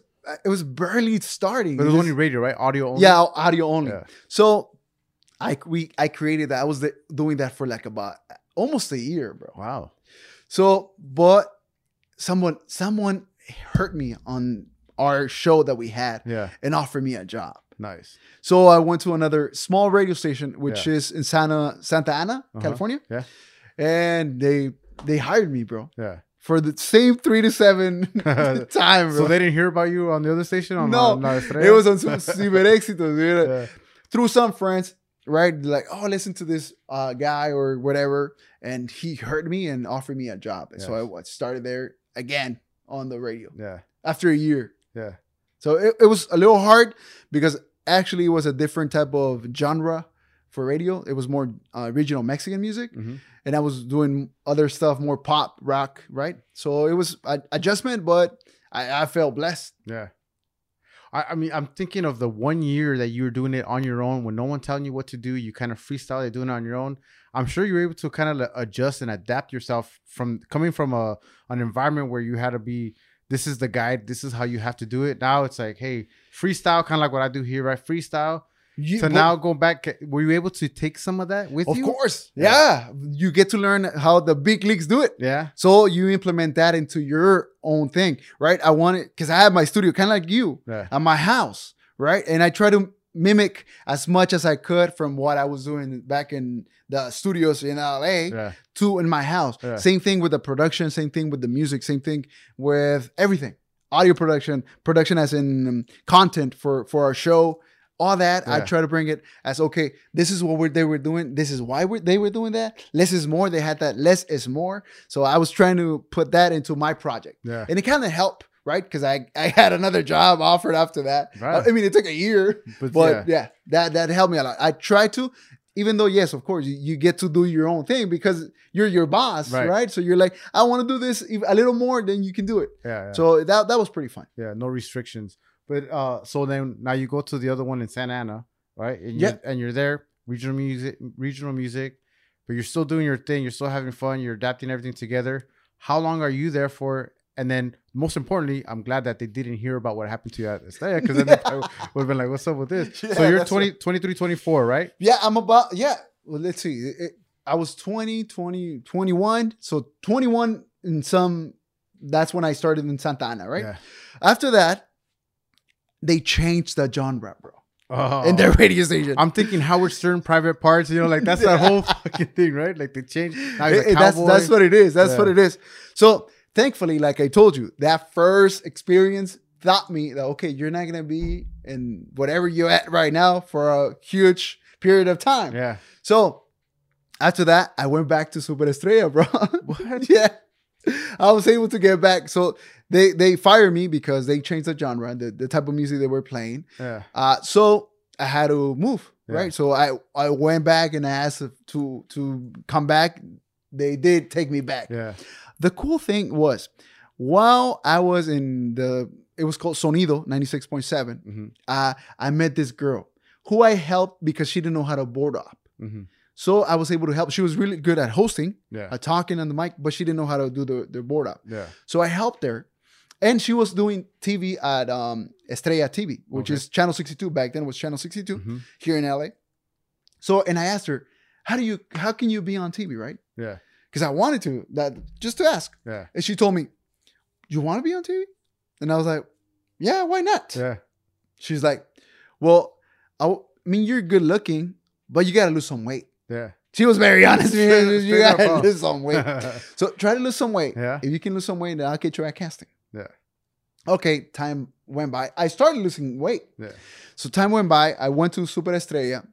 S3: it was barely starting.
S2: But it was
S3: It
S2: only radio, right? Audio only.
S3: Yeah, audio only.
S2: Yeah.
S3: So I we I created that. I was the, doing that for like about almost a year, bro.
S2: Wow.
S3: So, but someone someone hurt me on our show that we had
S2: Yeah.
S3: and offered me a job.
S2: Nice.
S3: So I went to another small radio station, which
S2: Yeah. Uh-huh.
S3: is in Santa Santa Ana, California.
S2: Yeah.
S3: and they they hired me, bro,
S2: Yeah.
S3: for the same three to seven time, bro.
S2: So they didn't hear about you on the other station on
S3: No,
S2: La Estrella?
S3: it was on some super éxitos, dude.
S2: Yeah.
S3: through some friends, right? Like, oh, listen to this uh, guy or whatever, and he heard me and offered me a job, and so I
S2: Yes.
S3: wa- started there again on the radio
S2: Yeah.
S3: after a year.
S2: Yeah.
S3: So it, it was a little hard because actually it was a different type of genre for radio. It was more uh, regional Mexican music,
S2: Mhm.
S3: and I was doing other stuff, more pop, rock, right? So it was an adjustment, but I, I felt blessed.
S2: Yeah. I, I mean, I'm thinking of the one year that you were doing it on your own when no one telling you what to do. You kind of freestyle it, doing it on your own. I'm sure you were able to kind of like, adjust and adapt yourself from coming from a an environment where you had to be. This is the guide. This is how you have to do it. Now it's like, hey, freestyle, kind of like what I do here, right? Freestyle.
S3: You,
S2: So
S3: but-
S2: now going back, ca- were you able to take some of that with
S3: of
S2: you?
S3: course, yeah. you get to learn how the big leagues do it.
S2: Yeah.
S3: So you implement that into your own thing, right? I want it because I have my studio, kind of like you,
S2: Yeah.
S3: at my house, right? And I try to mimic as much as I could from what I was doing back in the studios in LA
S2: Yeah.
S3: to in my house.
S2: Yeah.
S3: Same thing with the production, same thing with the music, same thing with everything. Audio production, production as in um, content for for our show, all that. I
S2: Yeah.
S3: try to bring it as okay. This is what we're, they were doing. This is why we're, they were doing that. Less is more. They had that less is more. So I was trying to put that into my project,
S2: Yeah.
S3: and it kind of helped, right? Because I I had another job offered after that.
S2: Right.
S3: I mean, it took a year,
S2: But,
S3: but
S2: yeah.
S3: yeah. that that helped me a lot. I try to, even though yes, of course, you, you get to do your own thing because you're your boss,
S2: Right.
S3: right? So you're like, I want to do this ev- a little more, then you can do it.
S2: Yeah. yeah.
S3: So that that was pretty fun.
S2: Yeah, no restrictions. But uh, so then now you go to the other one in Santa Ana, right? And
S3: Yeah.
S2: you're, and you're there, regional music, regional music, but you're still doing your thing. You're still having fun. You're adapting everything together. How long are you there for? And then, most importantly, I'm glad that they didn't hear about what happened to you at Estella because then they would have been like, "What's up with this?"
S3: Yeah,
S2: so you're
S3: that's
S2: 20, 23, 24, right?
S3: Yeah, I'm about yeah. Well, let's see. It- it- I was 20, 20, 21. So 21 in some. That's when I started in Santa Ana, right?
S2: Yeah.
S3: After that, they changed the genre, bro,
S2: Oh.
S3: in their radio station.
S2: I'm thinking Howard Stern, Private Parts. You know, like that's that whole fucking thing, right? Like they changed. Now he's a
S3: It- it- that's
S2: cowboy.
S3: that's what it is. That's
S2: Yeah.
S3: what it is. So thankfully, like I told you, that first experience taught me that okay, you're not gonna be in whatever you're at right now for a huge period of time.
S2: Yeah.
S3: So after that, I went back to Superestrella, bro.
S2: What?
S3: yeah. I was able to get back. So they they fired me because they changed the genre, the, the type of music they were playing.
S2: Yeah.
S3: Uh, so I had to move,
S2: Yeah.
S3: right? So I I went back and asked to to come back. They did take me back.
S2: Yeah.
S3: The cool thing was, while I was in the it was called Sonido ninety six point seven.
S2: hmm
S3: Uh, I met this girl who I helped because she didn't know how to board up.
S2: hmm
S3: So I was able to help. She was really good at hosting,
S2: Yeah.
S3: at talking on the mic, but she didn't know how to do the, the board up.
S2: Yeah.
S3: So I helped her. And she was doing TV at um, Estrella TV, which
S2: Okay.
S3: is Channel 62. Back then it was Channel 62
S2: Mhm.
S3: here in LA. So and I asked her, how do you how can you be on TV, right?
S2: Yeah.
S3: Because I wanted to that just to ask.
S2: Yeah.
S3: And she told me, You want to be on TV? And I was like, Yeah, why not?
S2: Yeah.
S3: She's like, Well, I, w- I mean, you're good looking, but you gotta lose some weight.
S2: Yeah.
S3: She was very honest. She
S2: Straight-
S3: was, you
S2: straight up,
S3: gotta
S2: huh?
S3: lose some weight.
S2: yeah.
S3: So try to lose some weight.
S2: Yeah.
S3: If you can lose some weight, then I'll get you at casting.
S2: Yeah.
S3: Okay, time went by. I started losing weight.
S2: Yeah.
S3: So time went by. I went to Superestrella.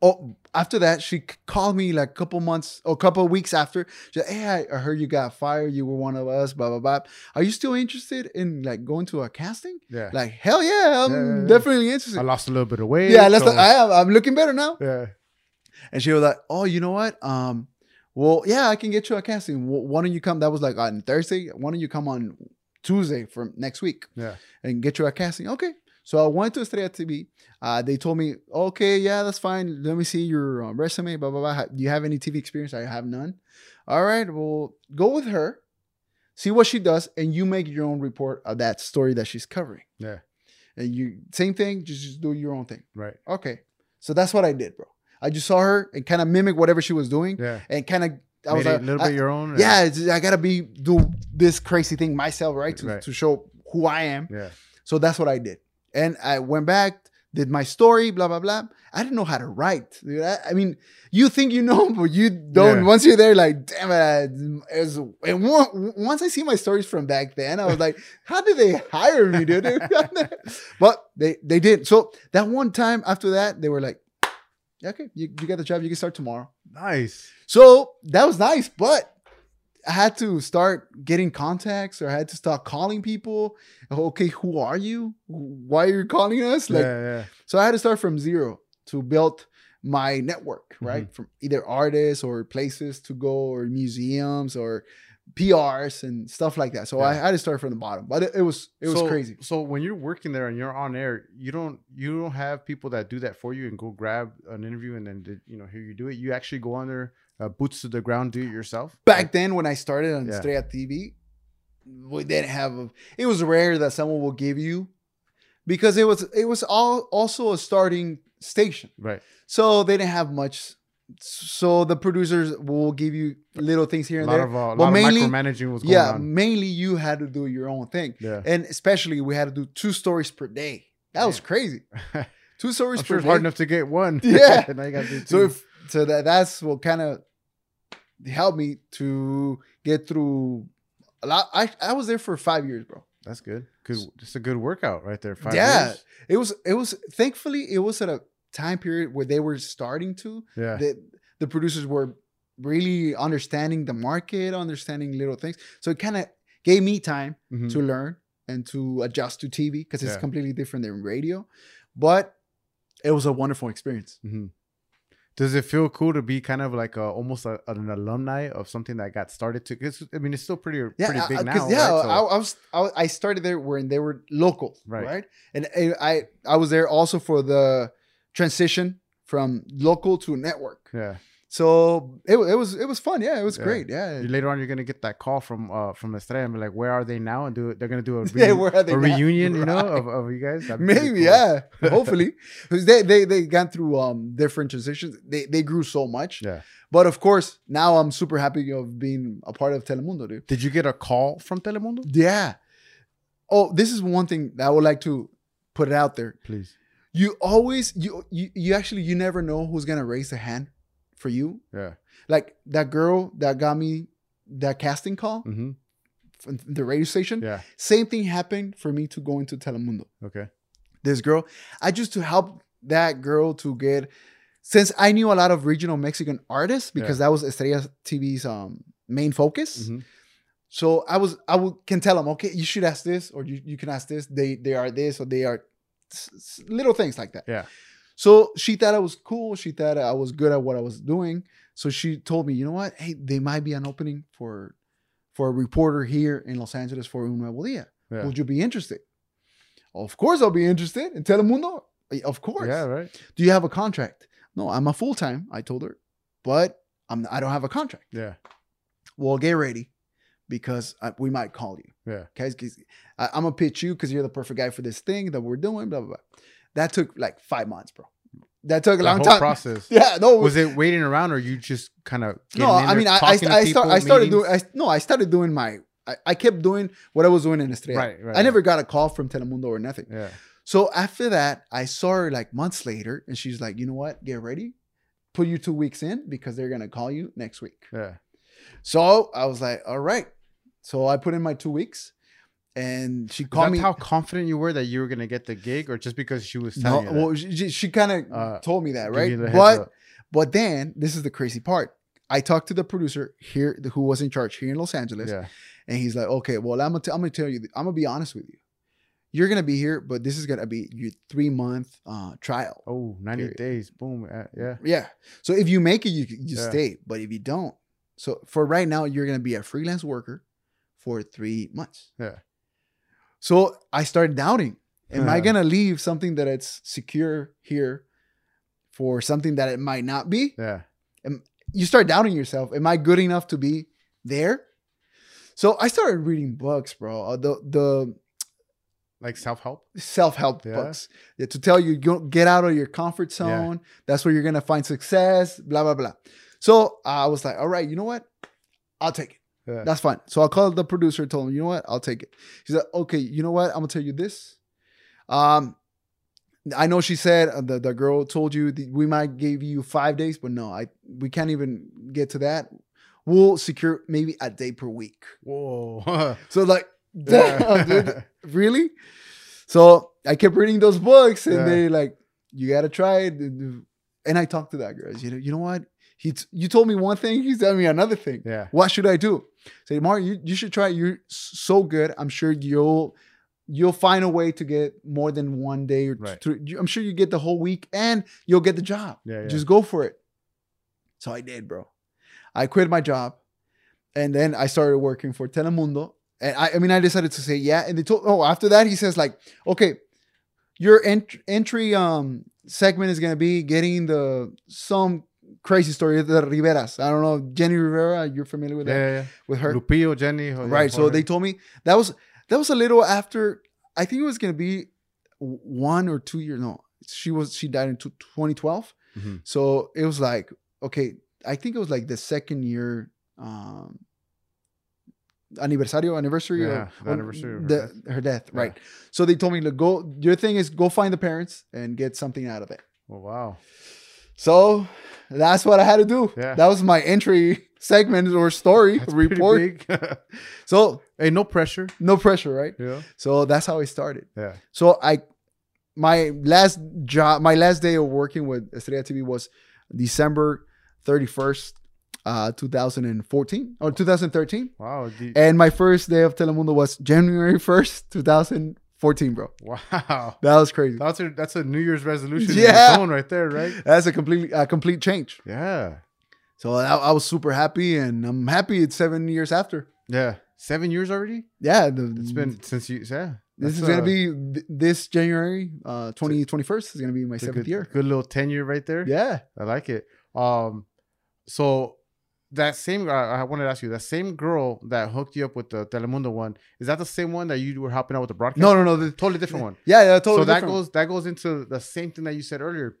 S3: Oh, after that, she c- called me like a couple months or a couple weeks after. She said, Hey, I I heard you got fired. You were one of us, blah, blah, blah. Are you still interested in like going to a casting? Like, hell yeah, I'm
S2: Yeah, yeah, yeah.
S3: definitely
S2: I
S3: interested.
S2: lost a little bit of weight.
S3: Yeah, let's
S2: so-
S3: I am. I'm looking better now.
S2: yeah.
S3: And she was like, "Oh, you know what? Um, well, yeah, I can get you a casting. Wh- Why don't you come? That was like on Thursday. Why don't you come on Tuesday from next week?
S2: Yeah.
S3: and get you a casting. Okay. So I went to Estrella TV. Uh, they told me, okay, yeah, that's fine. Let me see your um, resume. Blah blah blah. Ha- Do you have any TV experience? I have none. All right. Well, go with her, see what she does, and you make your own report of that story that she's covering.
S2: Yeah.
S3: And you same thing. Just just do your own thing.
S2: Right.
S3: Okay. So that's what I did, bro. I just saw her and kind of mimic whatever she was doing
S2: Yeah.
S3: and kind of I was
S2: Made it
S3: like,
S2: a little
S3: I-
S2: bit your own. or-
S3: yeah, it's- I gotta be do this crazy thing myself, right? To,
S2: Right.
S3: to show who I am.
S2: Yeah.
S3: So that's what I did. And I went back, did my story, blah blah blah. I didn't know how to write. dude. I, I mean, you think you know, but you don't.
S2: Yeah.
S3: Once you're there, like damn it. I- As, and one, once I see my stories from back then, I was like, how did they hire me, dude? but they they did. So that one time after that, they were like, okay, you, you got the job. You can start tomorrow.
S2: Nice.
S3: So that was nice, but I had to start getting contacts or I had to start calling people. Okay, who are you? Why are you calling us? Like,
S2: yeah. Yeah.
S3: so I had to start from zero to build
S2: Mm-hmm.
S3: my network, right? From either artists or places to go or museums or PRs and stuff like that. So I
S2: Yeah.
S3: had to start from the bottom, but it, it was it was
S2: So-
S3: crazy.
S2: So when you're working there and you're on air, you don't you don't have people that do that for you and go grab an interview and then did- you know here you do it. You actually go on there, uh, boots to the ground, do it yourself.
S3: Back then, when I started on
S2: Yeah.
S3: Estrella TV, we didn't have a, it was rare that someone will give you because it was it was all also a starting station.
S2: right?
S3: So they didn't have much. So the producers will give you little things here
S2: A
S3: and
S2: lot
S3: there.
S2: of uh, a
S3: But
S2: lot
S3: mainly-
S2: of micromanaging was going
S3: yeah,
S2: on.
S3: mainly you had to do your own thing.
S2: Yeah,
S3: And especially we had to do two stories per day. That was
S2: Damn.
S3: crazy. Two stories
S2: I'm
S3: per
S2: sure it's
S3: day.
S2: hard enough to get one.
S3: Yeah.
S2: now you got to do two.
S3: so if so that that's what kind of helped me to get through a lot. I, I was there for five years, bro.
S2: that's good. Good, it's a good workout right there. Five
S3: Yeah.
S2: years.
S3: It was it was thankfully it was at a time period where they were starting to
S2: yeah.
S3: the the producers were really understanding the market, understanding little things. So it kind of gave me time
S2: Mhm.
S3: to learn and to adjust to TV because it's
S2: Yeah.
S3: completely different than radio. But it was a wonderful experience.
S2: hmm Does it feel cool to be kind of like a, almost a, an alumni of something that got started? To 'cause, I mean, it's still pretty
S3: Yeah,
S2: pretty
S3: I-
S2: big
S3: I- 'cause,
S2: now.
S3: Yeah,
S2: right? So-
S3: I, I was I, was- I started there when they were local,
S2: Right.
S3: right? And I, I I was there also for the transition from local to network.
S2: yeah.
S3: So it, wa- it was it was fun. Yeah, it was
S2: Yeah.
S3: great. Yeah,
S2: You- Later on, you're gonna get that call from uh from Estrella and be like, "Where are they now?" And do they're gonna do a,
S3: yeah.
S2: reu-
S3: Where are they?
S2: a
S3: now?
S2: reunion, you know,
S3: Right.
S2: of, of you guys? That'd be pretty
S3: Maybe,
S2: cool.
S3: yeah. Hopefully, 'Cause they they they got through um different transitions. They they grew so much.
S2: Yeah.
S3: But of course, now I'm super happy of being a part of Telemundo, dude.
S2: Did you get a call from Telemundo?
S3: Yeah. Oh, this is one thing that I would like to put it out there.
S2: Please.
S3: You always you you, you actually you never know who's gonna raise a hand for you.
S2: Yeah.
S3: Like that girl that got me that casting call
S2: hmm
S3: from the radio station.
S2: Yeah.
S3: Same thing happened for me to go into Telemundo.
S2: Okay.
S3: this girl. I just to help that girl to get since I knew a lot of regional Mexican artists because that was Estrella TV's um main focus.
S2: hmm
S3: So I was I would, can tell them, okay, you should ask this or you, you can ask this. They they are this or they are s- s- little things like that.
S2: Yeah.
S3: So she thought I was cool. She thought I was good at what I was doing. So she told me, you know what? Hey, there might be an opening for for a reporter here in Los Angeles for Un Nuevo Dia.
S2: Yeah.
S3: Would you be interested? Of course, I'll be interested. In Telemundo, Eh, of course.
S2: Yeah. Right.
S3: Do you have a contract? No, I'm a full time. I told her, but I'm I don't have a contract.
S2: Yeah.
S3: Well, get ready because I, we might call you.
S2: Yeah.
S3: Okay, 'Cause I, am gonna pitch you because you're the perfect guy for this thing that we're doing. Blah blah blah. That took like five months, bro. That took a
S2: The
S3: long
S2: whole
S3: time.
S2: process.
S3: Yeah, no,
S2: Was it waiting around, or you just kind of?
S3: no. I mean, I I, I, start, I started doing. I, no, I started doing my. I, I kept doing what I was doing in Estrella.
S2: Right, right,
S3: I never got a call from Telemundo or nothing.
S2: Yeah.
S3: So after that, I saw her like months later, and she's like, "You know what? Get ready. Put you two weeks in because they're gonna call you next week."
S2: Yeah.
S3: So I was like, "All right." So I put in my two weeks, and she
S2: Is
S3: called
S2: that
S3: me.
S2: how confident you were that you were gonna get the gig, or just because she was
S3: no,
S2: telling you? that?
S3: well, she, she kind of
S2: Uh,
S3: told me that,
S2: Give
S3: right?
S2: you the heads
S3: But
S2: up.
S3: but then this is the crazy part. I talked to the producer here, who was in charge here in Los Angeles,
S2: yeah,
S3: and he's like, "Okay, well, I'm gonna t- I'm gonna tell you, I'm gonna be honest with you. You're gonna be here, but this is gonna be your three month uh, trial.
S2: oh, 90
S3: period.
S2: days, boom, uh, yeah,
S3: Yeah. So if you make it, you you
S2: Yeah.
S3: stay. But if you don't, so for right now, you're gonna be a freelance worker for three months.
S2: Yeah.
S3: So I started doubting. Am I
S2: Yeah.
S3: gonna leave something that it's secure here for something that it might not be?
S2: yeah,
S3: You start doubting yourself. Am I good enough to be there? So I started reading books, bro. Uh, The the
S2: like self help.
S3: self help
S2: Yeah.
S3: books Yeah, to tell you go, get out of your comfort
S2: Yeah.
S3: zone. That's where you're gonna find success. Blah blah blah. So I was like, all right, you know what? I'll take it.
S2: Yeah.
S3: That's fine. So I called the producer, told him, you know what? I'll take it. He's like, okay, you know what? I'm gonna tell you this. Um, I know she said uh, the the girl told you that we might give you five days, but no, I we can't even get to that. We'll secure maybe a day per week.
S2: Whoa,
S3: So like,
S2: Yeah.
S3: damn, dude, really? So I kept reading those books, and
S2: Yeah.
S3: they like, you gotta try it. And I talked to that girl. You know, you know what? He, t- you told me one thing. He's telling me another thing.
S2: yeah,
S3: What should I do? Say, Mark, you, you should try. it. You're s- so good. I'm sure you'll you'll find a way to get more than one day or t-
S2: Right.
S3: three- you- I'm sure you get the whole week, and you'll get the job.
S2: Yeah, yeah.
S3: Just go for it. So I did, bro. I quit my job. And then I started working for Telemundo. And I, I mean, I decided to say yeah. And they told, oh, after that, he says, like, okay, your ent- entry um, segment is going to be getting the some crazy story of the Riveras. I don't know, Jenny Rivera, you're familiar with
S2: Yeah,
S3: that,
S2: yeah, yeah.
S3: with her.
S2: Lupillo, Jenny. oh, yeah,
S3: right. So
S2: Jorge.
S3: they told me that was, that was a little after, I think it was going to be w- one or two years. No, she was, she died in tw 2012.
S2: Mhm.
S3: So it was like, okay, I think it was like the second year um anniversario, anniversary, or-
S2: Yeah, the
S3: or
S2: anniversary of her
S3: the-
S2: death.
S3: her death,
S2: Yeah.
S3: right? So they told me, look, go. Your thing is go find the parents and get something out of it.
S2: Oh, wow.
S3: So that's what I had to do.
S2: Yeah.
S3: That was my entry segment or story
S2: That's pretty
S3: report.
S2: big.
S3: So
S2: hey, no pressure.
S3: no pressure, right?
S2: Yeah.
S3: So that's how I started.
S2: Yeah.
S3: So I, my last job, my last day of working with Estrella TV was December 31st, uh, 2014 or 2013.
S2: Wow. do you-
S3: And my first day of Telemundo was January 1st, 2014, bro.
S2: wow.
S3: That was crazy.
S2: That's a that's a New Year's resolution.
S3: Yeah.
S2: Yeah. Phone right there, right?
S3: That's a complete, a complete change.
S2: Yeah.
S3: So I, I was super happy and I'm happy it's seven years after.
S2: Yeah. Seven years already.
S3: Yeah. The,
S2: It's been since you. Yeah.
S3: Mm. this is
S2: That's,
S3: going
S2: uh,
S3: to be th- this January, uh, 20, 21st is going to be my
S2: it's a
S3: seventh
S2: good,
S3: year.
S2: Good little tenure right there.
S3: Yeah.
S2: I like it. Um, so that same I, I wanted to ask you that same girl that hooked you up with the Telemundo one is that the same one that you were helping out with the broadcast?
S3: No, no, no. the-
S2: totally different one.
S3: Yeah, yeah, totally.
S2: so that
S3: different.
S2: goes that goes into the same thing that you said earlier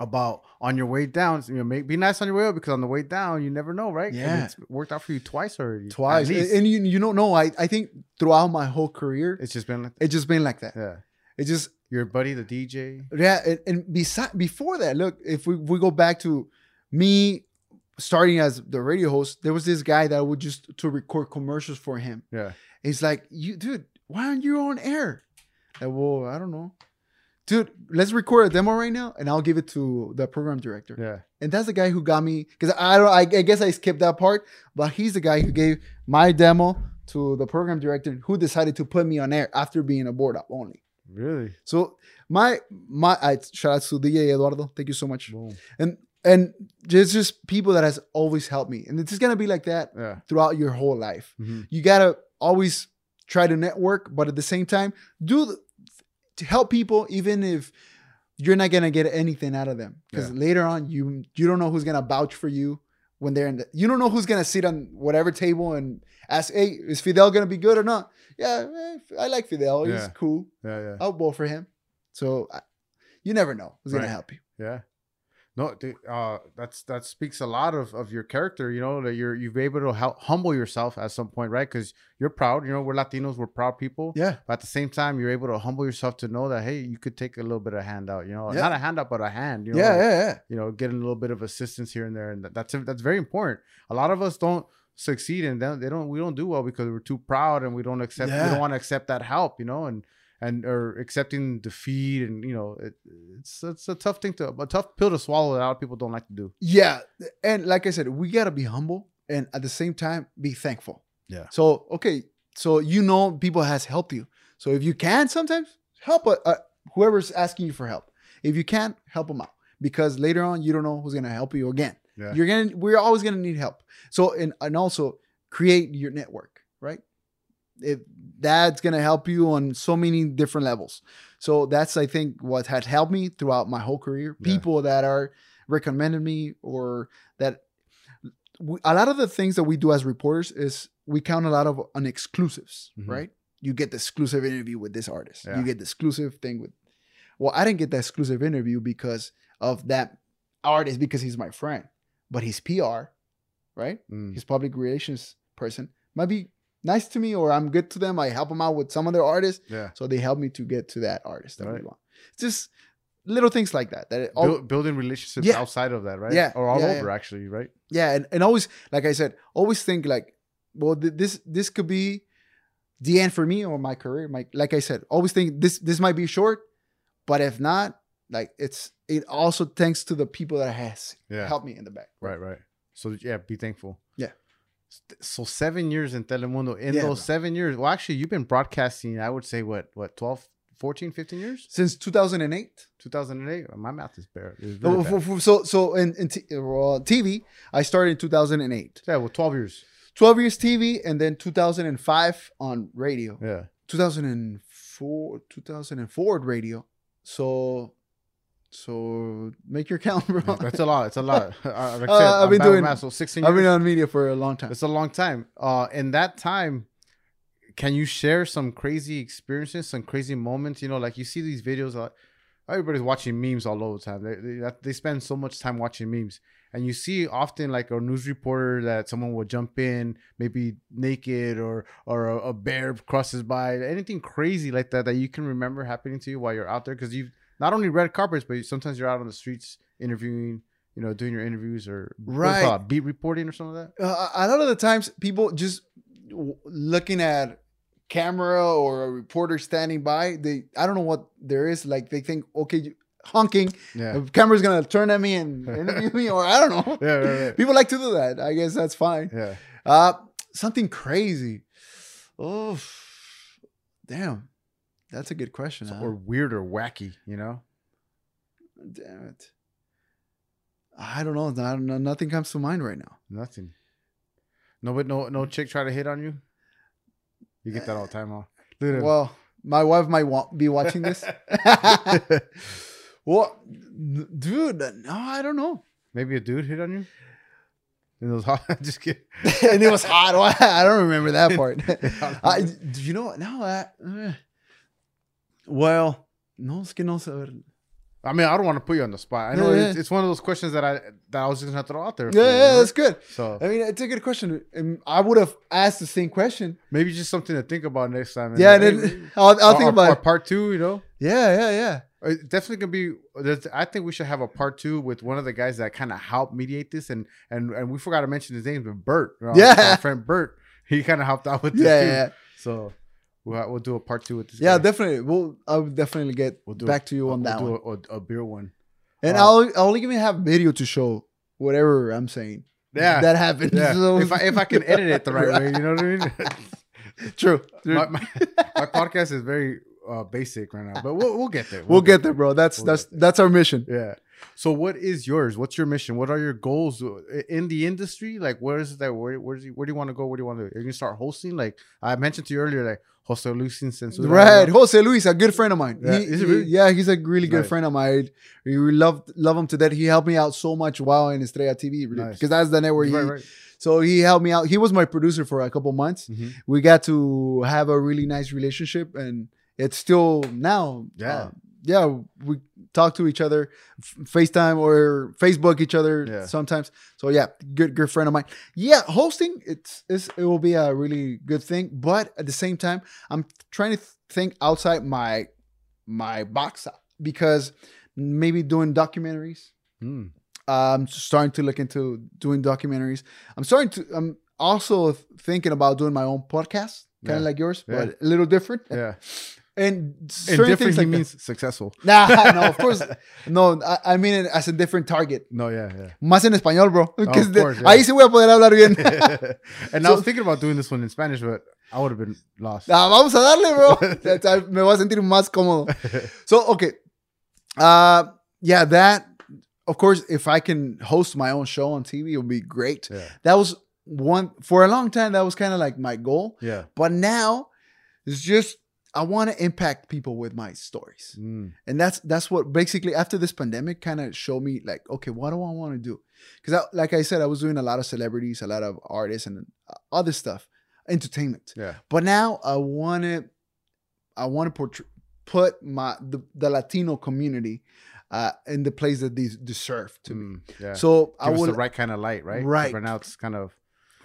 S2: about on your way down. You know, make, be nice on your way up because on the way down you never know, right? And
S3: Yeah.
S2: it's worked out for you twice already. at
S3: twice.
S2: least.
S3: And you, you don't know. I, I think throughout my whole career,
S2: it's just been like
S3: it's just been like that.
S2: yeah.
S3: It just
S2: Your buddy, the DJ.
S3: Yeah, and, and besi- before that, look, if we, we go back to me starting as the radio host, there was this guy that would just to record commercials for him.
S2: Yeah.
S3: He's like, "You dude, why aren't you on air?" Like, well, I don't know, dude. Let's record a demo right now, and I'll give it to the program director.
S2: Yeah.
S3: And that's the guy who got me because I don't. I, I guess I skipped that part, but he's the guy who gave my demo to the program director, who decided to put me on air after being a board up only.
S2: Really?
S3: So my my I shout out to DJ Eduardo. Thank you so much.
S2: Boom.
S3: And and there's just people that has always helped me. And it's just gonna be like that
S2: Yeah.
S3: throughout your whole life.
S2: Mhm.
S3: You gotta always try to network, but at the same time, do the, to help people even if you're not gonna get anything out of them. Because
S2: Yeah.
S3: later on you you don't know who's gonna vouch for you when they're in the, you don't know who's gonna sit on whatever table and ask, hey, is Fidel gonna be good or not? Yeah, eh, I like Fidel. He's
S2: Yeah.
S3: cool.
S2: Yeah. Yeah.
S3: I'll bowl for him. So I, you never know who's
S2: Right.
S3: gonna help you.
S2: Yeah. No, dude, uh, that's that speaks a lot of, of your character. You know that you're you've been able to hel- humble yourself at some point, right? Because you're proud. You know we're Latinos, we're proud people.
S3: Yeah,
S2: But at the same time, you're able to humble yourself to know that hey, you could take a little bit of handout. You know,
S3: Yeah.
S2: not a handout, but a hand. You know,
S3: yeah,
S2: like,
S3: yeah, yeah.
S2: you know, getting a little bit of assistance here and there, and that- that's that's very important. A lot of us don't succeed, and then they don't. We don't do well because we're too proud, and we don't accept. We
S3: Yeah.
S2: don't want to accept that help, you know, and and or accepting defeat, and you know, it, it's it's a tough thing to a tough pill to swallow. That a lot of people don't like to do.
S3: Yeah, and like I said, we gotta be humble and at the same time be thankful.
S2: Yeah.
S3: So okay, so you know people has helped you. So if you can, sometimes help uh uh whoever's asking you for help. If you can, help them out because later on you don't know who's gonna help you again.
S2: Yeah.
S3: You're gonna we're always gonna need help. So and and also create your network, right? If that's gonna help you on so many different levels. So that's I think what had helped me throughout my whole career.
S2: Yeah.
S3: People that are recommended me or that we, a lot of the things that we do as reporters is we count a lot of on exclusives,
S2: Mhm.
S3: right? You get the exclusive interview with this artist.
S2: Yeah.
S3: You get the exclusive thing with. Well, I didn't get the exclusive interview because of that artist because he's my friend, but his PR, right?
S2: Mm.
S3: His public relations person might be nice to me or I'm good to them. I help them out with some other artists.
S2: Yeah.
S3: So they help me to get to that artist that we
S2: Right.
S3: want. It's just little things like that. That it all,
S2: Buil- building relationships
S3: Oh. Yeah.
S2: outside of that, right?
S3: Yeah.
S2: Or all
S3: Yeah,
S2: over, actually, right?
S3: yeah, and, and always like I said, always think like, well, th- this this could be the end for me or my career. My like I said, always think this this might be short, but if not, like it's it also thanks to the people that has
S2: Yeah.
S3: helped me in the back.
S2: Right, right. So yeah, be thankful.
S3: Yeah.
S2: S- So seven years in Telemundo. In
S3: Yeah,
S2: those
S3: bro.
S2: seven years, well, actually, you've been broadcasting. I would say what, what, 12, 14, 15 years?
S3: Since 2008,
S2: Two thousand and eight. Uh, My math is bare. is really
S3: Oh,
S2: bad.
S3: f- f- so so in, in t- well, TV, I started in 2008.
S2: yeah, well, twelve years.
S3: 12 years TV and then 2005 on radio.
S2: Yeah.
S3: 2004 2004 radio. So so make your count, bro.
S2: That's a lot. It's a lot. I, like I
S3: Uh, I've
S2: am
S3: been doing-
S2: so 16 years.
S3: I've been on media for a long time.
S2: It's a long time. Uh, in that time, can you share some crazy experiences, some crazy moments? You know, like you see these videos, like everybody's watching memes all over the time. They, they, that- they spend so much time watching memes, and you see often like a news reporter that someone will jump in, maybe naked, or or a, a bear crosses by, anything crazy like that that you can remember happening to you while you're out there, because you've not only red carpets, but you, sometimes you're out on the streets interviewing. You know, doing your interviews or what's it
S3: Right.
S2: called, beat reporting or something like that.
S3: uh, a lot of the times people just w- looking at camera or a reporter standing by they i don't know what there is like they think okay you- honking
S2: Yeah.
S3: the camera's gonna turn at me and interview me or i don't know
S2: Yeah, right, right.
S3: people like to do that i guess that's fine
S2: Yeah.
S3: uh something crazy oh damn that's a good question huh?
S2: Or weird or wacky, you know?
S3: damn it i don't know I don't know. nothing comes to mind right now
S2: Nothing. No, but no,
S3: Mm.
S2: no chick try to hit on you. You get that all the time, huh? Look at him.
S3: Well, my wife might wa- be watching this. well, n- dude, no, I don't know.
S2: maybe a dude hit on you. And those hot, just kidding.
S3: and it was hot. I don't remember that part.
S2: Yeah.
S3: I, do you know what? No, I, eh. well, no, es que no saber.
S2: I mean, I don't want to put you on the spot. I know
S3: Yeah,
S2: it's,
S3: yeah.
S2: it's one of those questions that I that I was just gonna throw out there. for
S3: Yeah,
S2: you,
S3: yeah,
S2: remember?
S3: that's good.
S2: so
S3: I mean, it's a good question. And I would have asked the same question.
S2: maybe just something to think about next time.
S3: Yeah, and
S2: then-
S3: then I'll, I'll
S2: or-
S3: think
S2: or
S3: about it.
S2: part two. You know,
S3: Yeah, yeah, yeah.
S2: It Uh, definitely gonna be. there's- I think we should have a part two with one of the guys that kind of helped mediate this, and and and we forgot to mention his name, but Bert. our-
S3: Yeah.
S2: our friend Bert. He kind of helped out with this
S3: Yeah,
S2: too.
S3: yeah, yeah.
S2: So we'll, ha- we'll do a part two with this.
S3: Yeah,
S2: guy.
S3: definitely. We'll, I'll definitely get
S2: We'll do
S3: back to you on
S2: we'll
S3: that one.
S2: do A, a, a beer one.
S3: And
S2: Uh,
S3: I'll I'll even have video to show whatever I'm saying.
S2: Yeah,
S3: that happened.
S2: yeah.
S3: So-
S2: if I if I can edit it the right way, you know what I mean.
S3: true.
S2: my, my, my podcast is very uh, basic right now, but we'll we'll get there.
S3: we'll get there, bro. That's
S2: We'll
S3: that's that's our mission.
S2: Yeah. So what is yours? What's your mission? What are your goals i- in the industry? Like, where is it that where where, is, where do you want to go? Where do you want to? Are you gonna start hosting? Like I mentioned to you earlier, like Jose Luis and Censura.
S3: Right, Jose Luis, a good friend of mine.
S2: Yeah,
S3: He-
S2: is he
S3: he-
S2: really?
S3: yeah, he's a really good
S2: Nice.
S3: friend of mine. We love love him to death. He helped me out so much while in Estrella TV because
S2: Nice.
S3: that's the network.
S2: Right,
S3: he,
S2: right.
S3: So he helped me out. He was my producer for a couple months.
S2: Mhm.
S3: We got to have a really nice relationship, and it's still now.
S2: Yeah.
S3: uh, yeah, we talk to each other, f- FaceTime or Facebook each other
S2: Yeah.
S3: sometimes. So yeah, good good friend of mine. Yeah, hosting it's, it's it will be a really good thing, but at the same time, I'm trying to think outside my my box uh, because maybe doing documentaries
S2: Mm.
S3: I'm starting to look into doing documentaries. I'm starting to. I'm also thinking about doing my own podcast, kind
S2: Yeah.
S3: of like yours,
S2: Yeah.
S3: but a little different.
S2: Yeah.
S3: And
S2: And
S3: Uh, certain
S2: different
S3: things
S2: he
S3: like
S2: means successful.
S3: that. Nah, no, of course, no. I, I mean it as a different target.
S2: No, yeah, yeah.
S3: Más en español, bro. Because the-
S2: course, yeah.
S3: ahí sí voy a poder hablar bien.
S2: and I
S3: So-
S2: was thinking about doing this one in Spanish, but I would have been lost.
S3: Ah, vamos a darle, bro. That's- I- Me voy a sentir más cómodo. So okay, uh, yeah, that. Of course, if I can host my own show on TV, it would be great.
S2: yeah.
S3: that was one for a long time that was kind of like my goal
S2: Yeah.
S3: but now it's just i want to impact people with my stories
S2: Mm.
S3: and that's that's what basically after this pandemic kind of showed me like okay what do i want to do because I, like i said i was doing a lot of celebrities a lot of artists and uh, other stuff entertainment
S2: Yeah.
S3: but now i want to i want to portray put my the, the latino community uh in the place that they deserve to be
S2: Mm. Yeah. So
S3: so i
S2: I was
S3: would
S2: the right kind of light, right? 'Cause
S3: Right.
S2: Right now it's kind of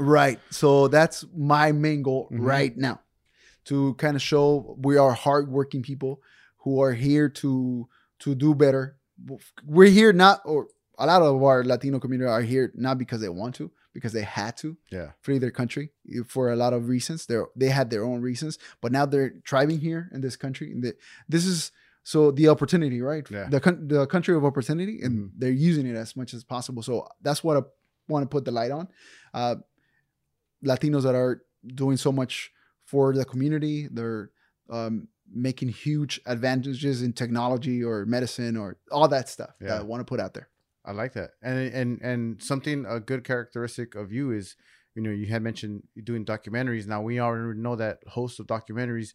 S3: Right. So that's my main goal
S2: Mhm.
S3: right now to kind of show we are hardworking people who are here to to do better. We're here not or a lot of our Latino community are here not because they want to, because they had to
S2: yeah.
S3: flee their country eh, for a lot of reasons. They they had their own reasons, but now they're thriving here in this country. And the, this is so the opportunity, right?
S2: Yeah.
S3: The coun- the country of opportunity, and
S2: Mhm.
S3: they're using it as much as possible. So that's what I want to put the light on. Uh, Latinos that are doing so much for the community, they're um, making huge advantages in technology or medicine or all that stuff that
S2: Yeah.
S3: I want to put out there.
S2: I like that. And and and something a good characteristic of you is you know, you had mentioned doing documentaries. Now we already know that hosts of documentaries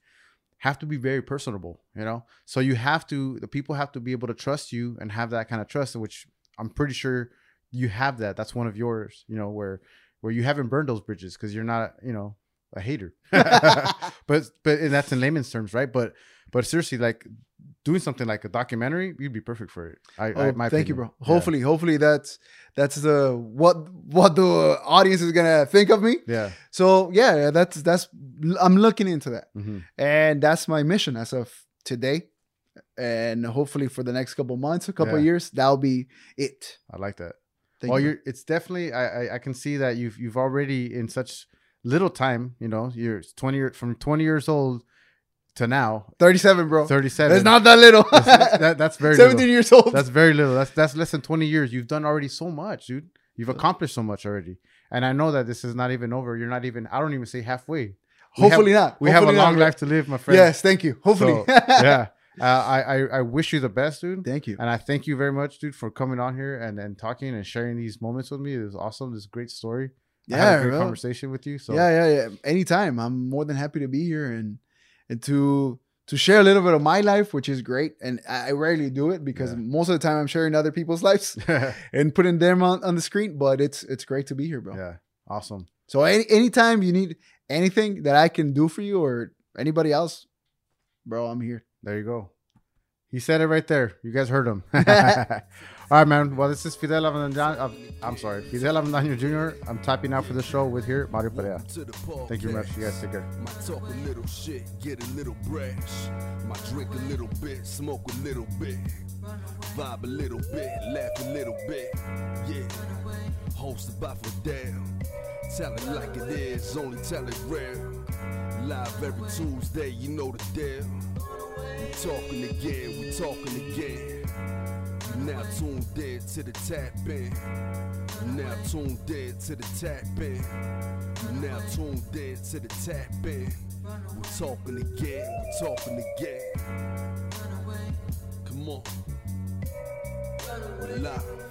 S2: have to be very personable, you know. So you have to the people have to be able to trust you and have that kind of trust, which I'm pretty sure you have that. That's one of yours, you know, where where you haven't burned those bridges because you're not, you know, a hater. but but and that's in layman's terms, right? But but seriously, like doing something like a documentary, you'd be perfect for it. I,
S3: Oh,
S2: I my
S3: thank you,
S2: opinion.
S3: bro.
S2: Yeah.
S3: Hopefully, hopefully that's that's the what what the audience is gonna think of me.
S2: Yeah.
S3: So yeah, yeah, that's that's I'm looking into that,
S2: hmm
S3: and that's my mission as of today, and hopefully for the next couple months, a couple
S2: Yeah.
S3: years, that'll be it.
S2: I like that.
S3: Thank
S2: well,
S3: you.
S2: you. are it's definitely I, I I can see that you've you've already in such little time, you know, you're 20 year, from 20 years old to now
S3: 37, bro.
S2: 37.
S3: That's not that little.
S2: that's, that's- that- that's very
S3: 17
S2: little.
S3: years old.
S2: That's very little. That's that's less than 20 years. You've done already so much, dude. You've accomplished so much already. And I know that this is not even over. You're not even I don't even say halfway. We have-
S3: hopefully not.
S2: We have a
S3: Hopefully not,
S2: long
S3: bro.
S2: life to live, my friend.
S3: Yes, thank you. Hopefully.
S2: So, yeah. Uh, I, I I wish you the best, dude.
S3: Thank you.
S2: And I thank you very much, dude, for coming on here and, and talking and sharing these moments with me. It was awesome. This is a great story. I had
S3: Yeah,
S2: a great
S3: bro.
S2: conversation with you. So
S3: Yeah, yeah, yeah. Anytime. I'm more than happy to be here and and to to share a little bit of my life, which is great. And I I rarely do it because
S2: Yeah.
S3: most of the time I'm sharing other people's lives
S2: yeah,
S3: and putting them on, on the screen. But it's it's great to be here, bro.
S2: awesome.
S3: So any anytime you need anything that I can do for you or anybody else, bro, I'm here.
S2: There you go. He said it right there. You guys heard him. All right, man. Well, this is Fidel Avendaño. I'm- I'm sorry, Fidel Avendaño Jr. I'm tapping out for the show with here Mario Perea. Thank you very much. You guys take care.
S1: My talk a little shit, get a little brash. My drink a little bit, smoke a little bit. Vibe a little bit, laugh a little bit. Yeah. Hosted by Fidel. Tell it like it is, only tell it real. Live every Tuesday, you know the deal. We talking again, we talking again. You now tuned in to the tap in. You now tuned in to the tap in. You now tuned in to the tap in. We're talking again, we're talking again. Come on. We're live.